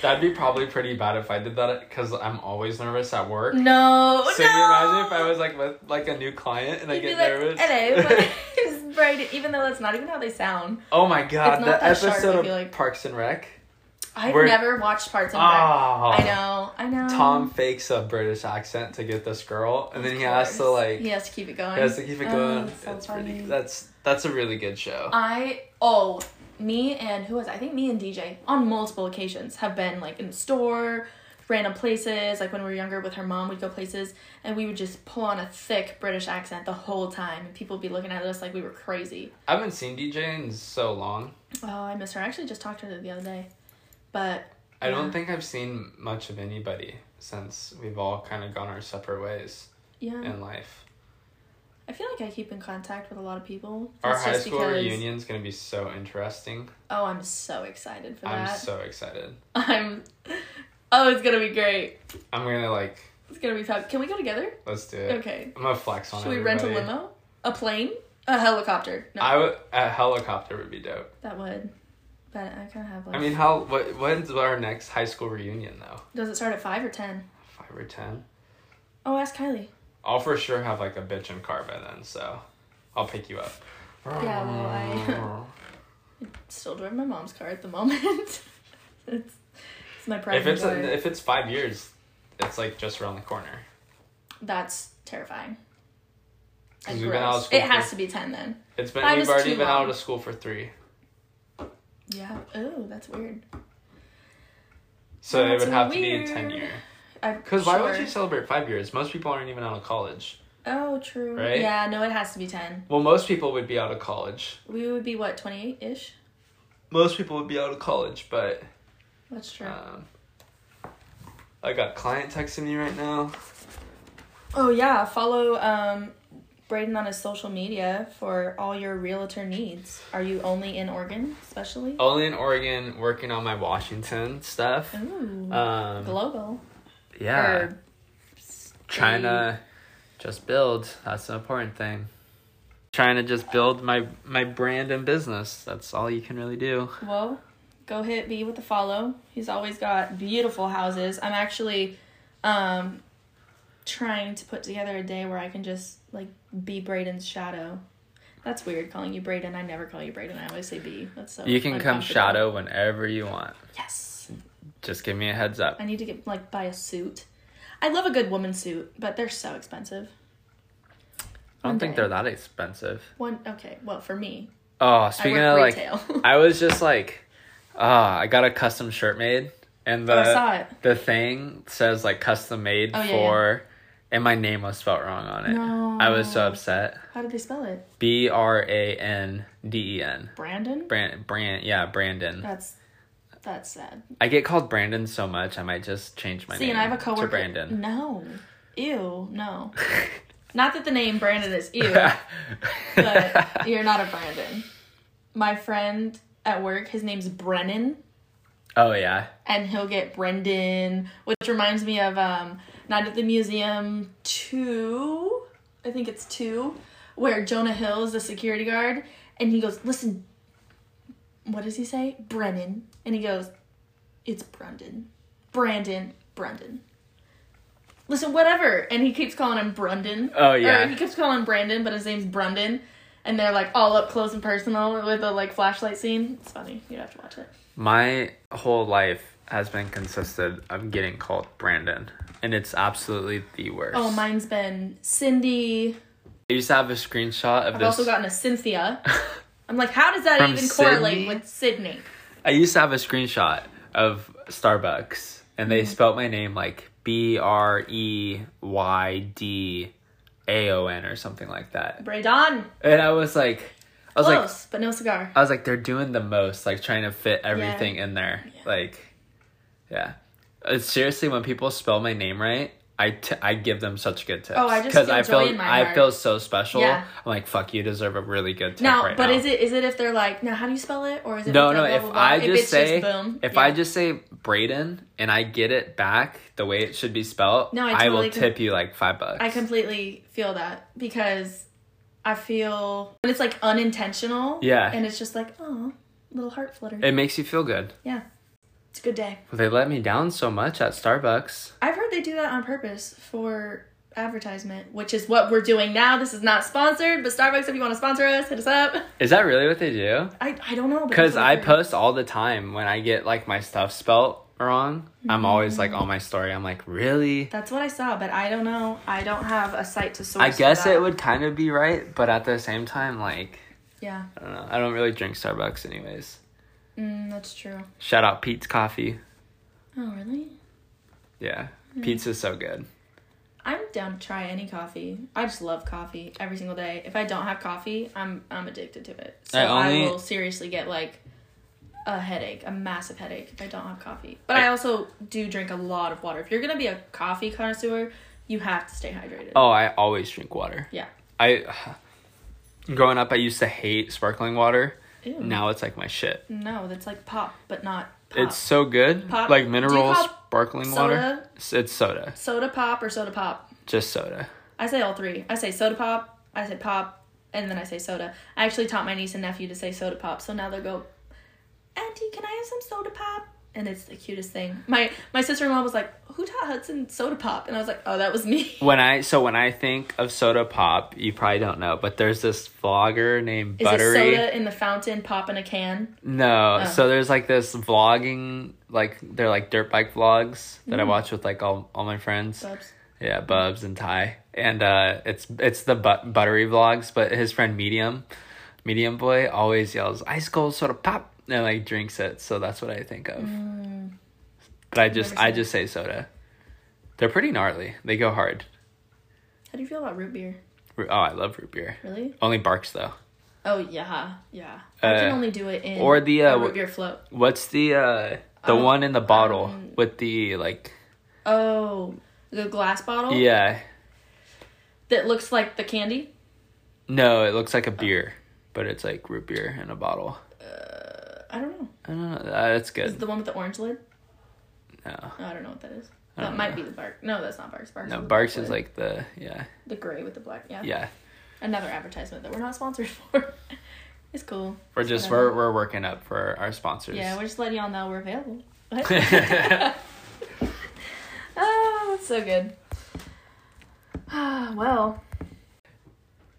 Speaker 2: That'd be probably pretty bad if I did that because I'm always nervous at work.
Speaker 1: No,
Speaker 2: So
Speaker 1: no.
Speaker 2: you imagine if I was like with like a new client and I
Speaker 1: You'd be
Speaker 2: get
Speaker 1: like,
Speaker 2: nervous.
Speaker 1: Hello, my name's Brady. Even though that's not even how they sound.
Speaker 2: oh my god,
Speaker 1: It's not
Speaker 2: that
Speaker 1: that sharp,
Speaker 2: episode
Speaker 1: I
Speaker 2: of
Speaker 1: feel like.
Speaker 2: Parks and Rec.
Speaker 1: I've
Speaker 2: We're-
Speaker 1: never watched Parts and Rec.
Speaker 2: Ah,
Speaker 1: I know, I know.
Speaker 2: Tom fakes a British accent to get this girl, and then he has to
Speaker 1: Course.
Speaker 2: like
Speaker 1: He has to keep it going.
Speaker 2: he has to keep it
Speaker 1: Oh,
Speaker 2: going.
Speaker 1: that's so
Speaker 2: it's
Speaker 1: funny. Um,
Speaker 2: ridiculous. That's that's a really good show.
Speaker 1: I oh me and who was it? I think me and DJ on multiple occasions have been like in the store, random places. Like when we were younger with her mom, we'd go places and we would just pull on a thick British accent the whole time, and people would be looking at us like we were crazy.
Speaker 2: I haven't seen DJ in so long.
Speaker 1: Oh, I miss her. I actually just talked to her the other day, but
Speaker 2: I don't
Speaker 1: Yeah.
Speaker 2: think I've seen much of anybody since we've all kind of gone our separate ways
Speaker 1: yeah,
Speaker 2: in life.
Speaker 1: I feel like I keep in contact with a lot of people.
Speaker 2: Our
Speaker 1: It's
Speaker 2: high
Speaker 1: just
Speaker 2: school
Speaker 1: because-
Speaker 2: reunion's gonna be so interesting.
Speaker 1: Oh, I'm so excited for
Speaker 2: I'm
Speaker 1: that.
Speaker 2: so excited.
Speaker 1: I'm. Oh, it's gonna be great.
Speaker 2: I'm gonna like
Speaker 1: It's gonna be fun. Can we go together?
Speaker 2: let's do it.
Speaker 1: Okay.
Speaker 2: I'm gonna flex on
Speaker 1: Should we rent a
Speaker 2: everybody.
Speaker 1: limo? A plane? A helicopter? No,
Speaker 2: I would a helicopter would be dope.
Speaker 1: that would. But I kind of have like.
Speaker 2: I mean, how? What? When's our next high school reunion though?
Speaker 1: does it start at five or ten?
Speaker 2: Five or ten?
Speaker 1: Oh, ask Kylie.
Speaker 2: I'll for sure have like a bitchin' car by then, so I'll pick you up.
Speaker 1: Yeah, well, I- Still driving my mom's car at the moment. it's, it's my pride
Speaker 2: if
Speaker 1: and
Speaker 2: it's
Speaker 1: joy.
Speaker 2: a, if it's five years, it's like just around the corner.
Speaker 1: That's terrifying.
Speaker 2: 'Cause
Speaker 1: And
Speaker 2: we've been out of
Speaker 1: gross.
Speaker 2: school
Speaker 1: It has
Speaker 2: for-
Speaker 1: to be ten then.
Speaker 2: It's been
Speaker 1: Five
Speaker 2: we've
Speaker 1: is
Speaker 2: already
Speaker 1: too
Speaker 2: been
Speaker 1: long.
Speaker 2: out of school for three,
Speaker 1: Yeah. Oh, that's weird.
Speaker 2: so it
Speaker 1: That's
Speaker 2: would have to be a ten
Speaker 1: weird.
Speaker 2: year.
Speaker 1: I'm
Speaker 2: Because why would
Speaker 1: sure.
Speaker 2: you celebrate five years? Most people aren't even out of college.
Speaker 1: Oh, true.
Speaker 2: Right?
Speaker 1: Yeah. No, it has to be ten.
Speaker 2: Well, most people would be out of college.
Speaker 1: We would be what twenty eight ish.
Speaker 2: Most people would be out of college, but
Speaker 1: That's true.
Speaker 2: um, I got client texting me right now.
Speaker 1: Oh yeah, follow um Braden on his social media for all your realtor needs. Are you only in Oregon, especially?
Speaker 2: Only in Oregon, working on my Washington stuff.
Speaker 1: Ooh,
Speaker 2: Um,
Speaker 1: global.
Speaker 2: yeah.
Speaker 1: Mm-hmm. Or state.
Speaker 2: China, just build. That's an important thing. Trying to just build my my brand and business. That's all you can really do.
Speaker 1: Well, go hit B with a follow. He's always got beautiful houses. I'm actually um trying to put together a day where I can just like be Braden's shadow. That's weird calling you Braden. I never call you Braden. I always say B. That's so
Speaker 2: You can come
Speaker 1: uncomfortable.
Speaker 2: shadow whenever you want.
Speaker 1: Yes.
Speaker 2: Just give me a heads up.
Speaker 1: I need to get like buy a suit. I love a good woman suit, but they're so expensive.
Speaker 2: I don't think
Speaker 1: Okay.
Speaker 2: they're that expensive.
Speaker 1: One okay, well for me,
Speaker 2: Oh, speaking
Speaker 1: I
Speaker 2: of
Speaker 1: work
Speaker 2: like,
Speaker 1: retail. Oh,
Speaker 2: I was just like, ah, I got a custom shirt made, and the
Speaker 1: Oh, I saw it.
Speaker 2: the thing says like custom made
Speaker 1: Oh, yeah,
Speaker 2: for, and my name was spelled wrong on it. I was so
Speaker 1: No.
Speaker 2: upset.
Speaker 1: How did they spell it?
Speaker 2: B R A N D E N.
Speaker 1: Brandon.
Speaker 2: Brand, brand, yeah, Brandon.
Speaker 1: That's that's sad.
Speaker 2: I get called Brandon so much, I might just change my
Speaker 1: See,
Speaker 2: name
Speaker 1: and I have a coworker.
Speaker 2: to Brandon.
Speaker 1: No, ew, no. not that the name Brandon is ew, but you're not a Brandon. My friend at work, his name's Brennan,
Speaker 2: Oh yeah.
Speaker 1: and he'll get Brendan, which reminds me of um, Night at the Museum 2, I think it's 2, where Jonah Hill is the security guard and he goes, Listen, what does he say? Brennan. And he goes, It's Brendan. Brandon, Brendan. Listen, whatever. And he keeps calling him Brendan.
Speaker 2: Oh, yeah.
Speaker 1: Or he keeps calling him Brandon, but his name's Brendan. And they're like all up close and personal with a like flashlight scene. It's funny. You'd have to watch it.
Speaker 2: My whole life has been consisted of getting called Brandon, and it's absolutely the worst.
Speaker 1: Oh, mine's been Cindy.
Speaker 2: I used to have a screenshot of
Speaker 1: I've
Speaker 2: this.
Speaker 1: also gotten a Cynthia. I'm like, how does that
Speaker 2: From
Speaker 1: even correlate
Speaker 2: Sydney?
Speaker 1: with Sydney?
Speaker 2: I used to have a screenshot of Starbucks, and
Speaker 1: Mm-hmm.
Speaker 2: they spelt my name like B R E Y D A O N or something like that,
Speaker 1: Braydon,
Speaker 2: and I was like, I
Speaker 1: close,
Speaker 2: was like,
Speaker 1: but no cigar.
Speaker 2: I was like, they're doing the most, like trying to fit everything in there. Like, yeah. It's seriously when people spell my name right, I, t- I give them such good tips.
Speaker 1: Oh, I just feel
Speaker 2: I
Speaker 1: joy
Speaker 2: feel
Speaker 1: in my
Speaker 2: I
Speaker 1: heart.
Speaker 2: feel so special.
Speaker 1: Yeah.
Speaker 2: I'm like, fuck, you deserve a really good tip
Speaker 1: Now,
Speaker 2: right
Speaker 1: but
Speaker 2: now.
Speaker 1: is it is it if they're like, now how do you spell it, or is it
Speaker 2: No,
Speaker 1: if
Speaker 2: no.
Speaker 1: they're blah,
Speaker 2: If
Speaker 1: blah, blah?
Speaker 2: I just
Speaker 1: it's
Speaker 2: say,
Speaker 1: boom,
Speaker 2: if
Speaker 1: yeah.
Speaker 2: I just say Braden and I get it back the way it should be spelled,
Speaker 1: No, I
Speaker 2: I,
Speaker 1: totally
Speaker 2: will
Speaker 1: com-
Speaker 2: tip you like five bucks.
Speaker 1: I completely feel that because I feel when it's like unintentional,
Speaker 2: Yeah.
Speaker 1: and it's just like, oh, little heart flutter,
Speaker 2: It makes you feel good.
Speaker 1: yeah, it's a good day.
Speaker 2: Well, they let me down so much at Starbucks.
Speaker 1: I've heard they do that on purpose for advertisement, which is what we're doing now. This is not sponsored, but Starbucks, if you want to sponsor us, hit us up.
Speaker 2: Is that really what they do?
Speaker 1: I, I don't know. but that's
Speaker 2: Because
Speaker 1: what
Speaker 2: I
Speaker 1: I've heard.
Speaker 2: post all the time when I get like my stuff spelt wrong. I'm always like on my story. I'm like, really?
Speaker 1: Mm-hmm. That's what I saw, but I don't know. I don't have a site to source.
Speaker 2: I
Speaker 1: for
Speaker 2: guess
Speaker 1: that.
Speaker 2: it would kind of be right, but at the same time, like,
Speaker 1: Yeah,
Speaker 2: I don't know. I don't really drink Starbucks, anyways.
Speaker 1: mm, that's true.
Speaker 2: Shout out Pete's Coffee.
Speaker 1: Oh, really?
Speaker 2: Yeah,
Speaker 1: Mm-hmm.
Speaker 2: pizza's so good.
Speaker 1: I'm down to try any coffee. I just love coffee every single day. If I don't have coffee, I'm I'm addicted to it. So
Speaker 2: I
Speaker 1: I,
Speaker 2: only-
Speaker 1: will seriously get like a headache, a massive headache if I don't have coffee. But I, also do drink a lot of water. If you're gonna be a coffee connoisseur, you have to stay hydrated.
Speaker 2: Oh, I always drink water.
Speaker 1: Yeah.
Speaker 2: I growing up, I used to hate sparkling water.
Speaker 1: Ew.
Speaker 2: Now it's like my shit.
Speaker 1: No, that's like pop, but not Mm. pop.
Speaker 2: It's so good.
Speaker 1: Pop-
Speaker 2: Like
Speaker 1: do you
Speaker 2: mineral
Speaker 1: call
Speaker 2: sparkling water.
Speaker 1: soda?
Speaker 2: It's, it's soda.
Speaker 1: soda pop or soda pop.
Speaker 2: Just soda.
Speaker 1: I say all three. I say soda pop, I say pop, and then I say soda. I actually taught my niece and nephew to say soda pop, so now they'll go, Auntie, can I have some soda pop? And it's the cutest thing. My my sister in law was like, Who taught Hudson soda pop? And I was like, Oh, that was me.
Speaker 2: When I so when I think of soda pop, you probably don't know, but there's this vlogger named
Speaker 1: Is it
Speaker 2: Buttery.
Speaker 1: soda in the fountain, pop in a can?
Speaker 2: No,
Speaker 1: Oh.
Speaker 2: so there's like this vlogging, like they're like dirt bike vlogs that
Speaker 1: Mm.
Speaker 2: I watch with like all, all my friends.
Speaker 1: Bubs.
Speaker 2: Yeah, Bubs and Ty, and uh, it's it's the but- buttery vlogs. But his friend Medium, Medium Boy, always yells ice cold soda pop and like drinks it. So that's what I think of. But I just
Speaker 1: Mm. Never
Speaker 2: I
Speaker 1: seen
Speaker 2: just say soda. They're pretty gnarly. They go hard.
Speaker 1: How do you feel about root beer?
Speaker 2: Ru- Oh, I love root beer.
Speaker 1: Really?
Speaker 2: Only barks though.
Speaker 1: Oh, yeah. Yeah. I can
Speaker 2: Uh,
Speaker 1: only do it in
Speaker 2: or the, uh,
Speaker 1: a root beer float.
Speaker 2: What's the uh the
Speaker 1: Um,
Speaker 2: one in the bottle
Speaker 1: um,
Speaker 2: with the like
Speaker 1: Oh, the glass bottle
Speaker 2: yeah
Speaker 1: that looks like the candy?
Speaker 2: no it looks like a beer but it's like root beer in a bottle.
Speaker 1: I don't know.
Speaker 2: I don't know. Uh,
Speaker 1: Is
Speaker 2: That's
Speaker 1: it
Speaker 2: good.
Speaker 1: the one with the orange lid?
Speaker 2: No,
Speaker 1: Oh, I don't know what that is.
Speaker 2: I
Speaker 1: That
Speaker 2: don't
Speaker 1: might
Speaker 2: know.
Speaker 1: be the bark. No, that's not barks. Barks.
Speaker 2: no
Speaker 1: the
Speaker 2: Barks
Speaker 1: black
Speaker 2: is
Speaker 1: one.
Speaker 2: like the yeah
Speaker 1: the gray with the black. Yeah.
Speaker 2: yeah.
Speaker 1: Another advertisement that we're not sponsored for. it's cool.
Speaker 2: We're
Speaker 1: It's
Speaker 2: just we're
Speaker 1: whatever.
Speaker 2: we're working up for our sponsors.
Speaker 1: yeah. We're just letting y'all know we're available. What? oh, that's so good. Ah, well,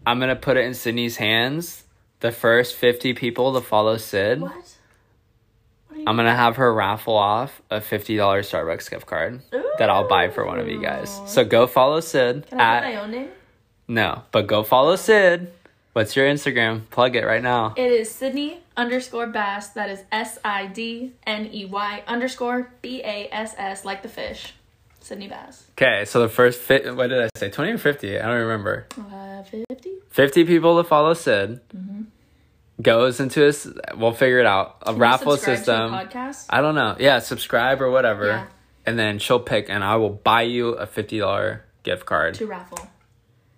Speaker 2: I'm gonna put it in Sydney's hands. The first 50 people to follow Sid,
Speaker 1: what? What are you?
Speaker 2: I'm gonna have her raffle off a $50 Starbucks gift card that I'll buy for one of you guys.
Speaker 1: Ooh.
Speaker 2: So go follow Sid
Speaker 1: Can I
Speaker 2: at
Speaker 1: put my own name?
Speaker 2: no, but go follow Sid. What's your Instagram? Plug it right now.
Speaker 1: It is Sydney underscore Bass. That is S I D N E Y underscore B A S S, like the fish. Sydney Bass.
Speaker 2: Okay, so the first fit. What did I say? 20 or 50? I don't remember.
Speaker 1: Uh, 50?
Speaker 2: 50 people to follow Sid. Goes into this. We'll figure it out. A raffle
Speaker 1: Subscribe to the
Speaker 2: system.
Speaker 1: podcast.
Speaker 2: I don't know. Yeah, subscribe or whatever.
Speaker 1: Yeah.
Speaker 2: And then she'll pick, and I will buy you a fifty dollar gift card
Speaker 1: to raffle.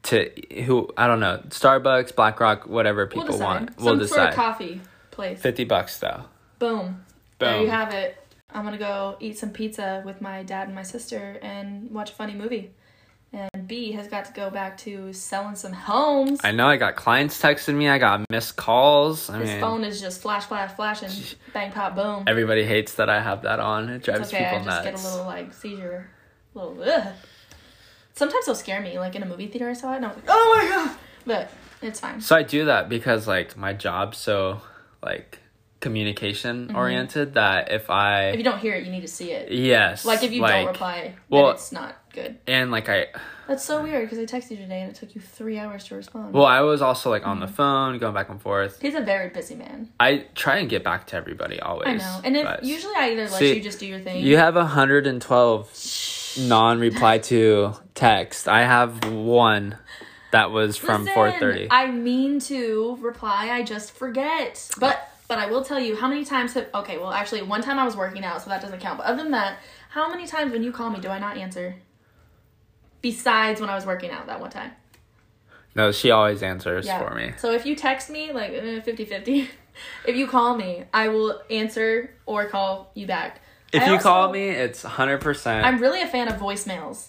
Speaker 2: to who I don't know, Starbucks, BlackRock, whatever
Speaker 1: We'll
Speaker 2: people
Speaker 1: decide.
Speaker 2: want.
Speaker 1: Some
Speaker 2: we'll
Speaker 1: sort
Speaker 2: decide.
Speaker 1: of coffee place.
Speaker 2: fifty bucks though.
Speaker 1: Boom. There
Speaker 2: Boom.
Speaker 1: you have it. I'm gonna go eat some pizza with my dad and my sister and watch a funny movie. And B has got to go back to selling some homes.
Speaker 2: I know I got clients texting me. I got missed calls. I
Speaker 1: His
Speaker 2: mean,
Speaker 1: phone is just flash, flash, flash, and bang, pop, boom.
Speaker 2: everybody hates that I have that on. It drives
Speaker 1: it's okay. I
Speaker 2: people
Speaker 1: just get a
Speaker 2: nuts.
Speaker 1: little like seizure, little. Ugh. Sometimes they'll scare me. Like in a movie theater, I saw it, and I was like, "Oh my god!" But it's fine.
Speaker 2: So I do that because like my job so like communication oriented that if I
Speaker 1: Mm-hmm. If you don't hear it, you need to see it.
Speaker 2: yes
Speaker 1: Like if you
Speaker 2: like-
Speaker 1: don't reply,
Speaker 2: well-
Speaker 1: then it's not good.
Speaker 2: and like I
Speaker 1: That's so weird because I texted you today and it took you three hours to respond.
Speaker 2: well I was also like on the
Speaker 1: Mm-hmm.
Speaker 2: phone going back and forth.
Speaker 1: He's a very busy man.
Speaker 2: I try and get back to everybody always.
Speaker 1: I know. And if
Speaker 2: but-
Speaker 1: usually I either let
Speaker 2: See,
Speaker 1: you just do your thing.
Speaker 2: You have 112 non reply to text. I have one that was from
Speaker 1: Listen,
Speaker 2: 4:30.
Speaker 1: I mean to reply, I just forget. But but I will tell you how many times have okay, well actually one time I was working out, so that doesn't count. But other than that, how many times when you call me do I not answer? Besides when I was working out that one time.
Speaker 2: No, she always answers for me.
Speaker 1: So if you text me like 50-50, if you call me, I will answer or call you back.
Speaker 2: If
Speaker 1: I
Speaker 2: you
Speaker 1: also-
Speaker 2: call me, it's 100%.
Speaker 1: I'm really a fan of voicemails.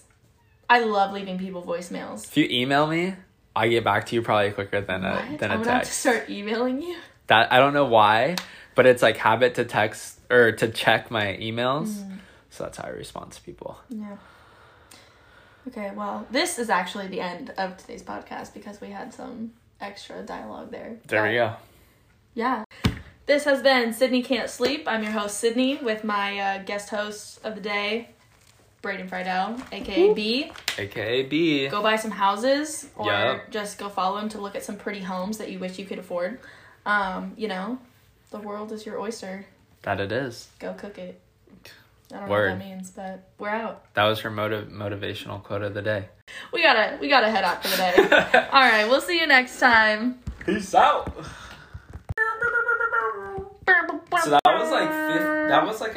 Speaker 1: I love leaving people voicemails.
Speaker 2: if you email me, I get back to you probably quicker than a
Speaker 1: What?
Speaker 2: than
Speaker 1: I'm
Speaker 2: Uh, a
Speaker 1: gonna have to
Speaker 2: text.
Speaker 1: start emailing you.
Speaker 2: That I don't know why, but it's like habit to text or to check my emails.
Speaker 1: Mm.
Speaker 2: So that's how I respond to people.
Speaker 1: Yeah. Okay, well, this is actually the end of today's podcast because we had some extra dialogue there.
Speaker 2: There we go.
Speaker 1: Yeah. This has been Sydney Can't Sleep. I'm your host, Sydney, with my uh, guest host of the day, Braden Friedel, aka B.
Speaker 2: AKA B.
Speaker 1: Go buy some houses or
Speaker 2: Yup.
Speaker 1: just go follow him to look at some pretty homes that you wish you could afford. Um, you know, the world is your oyster.
Speaker 2: That it is.
Speaker 1: Go cook it. I don't know
Speaker 2: Word.
Speaker 1: what that means, but we're out.
Speaker 2: That was her motiv- motivational quote of the day.
Speaker 1: We gotta we gotta head out for the day. All right, we'll see you next time.
Speaker 2: Peace out. So that was like fifth, that was like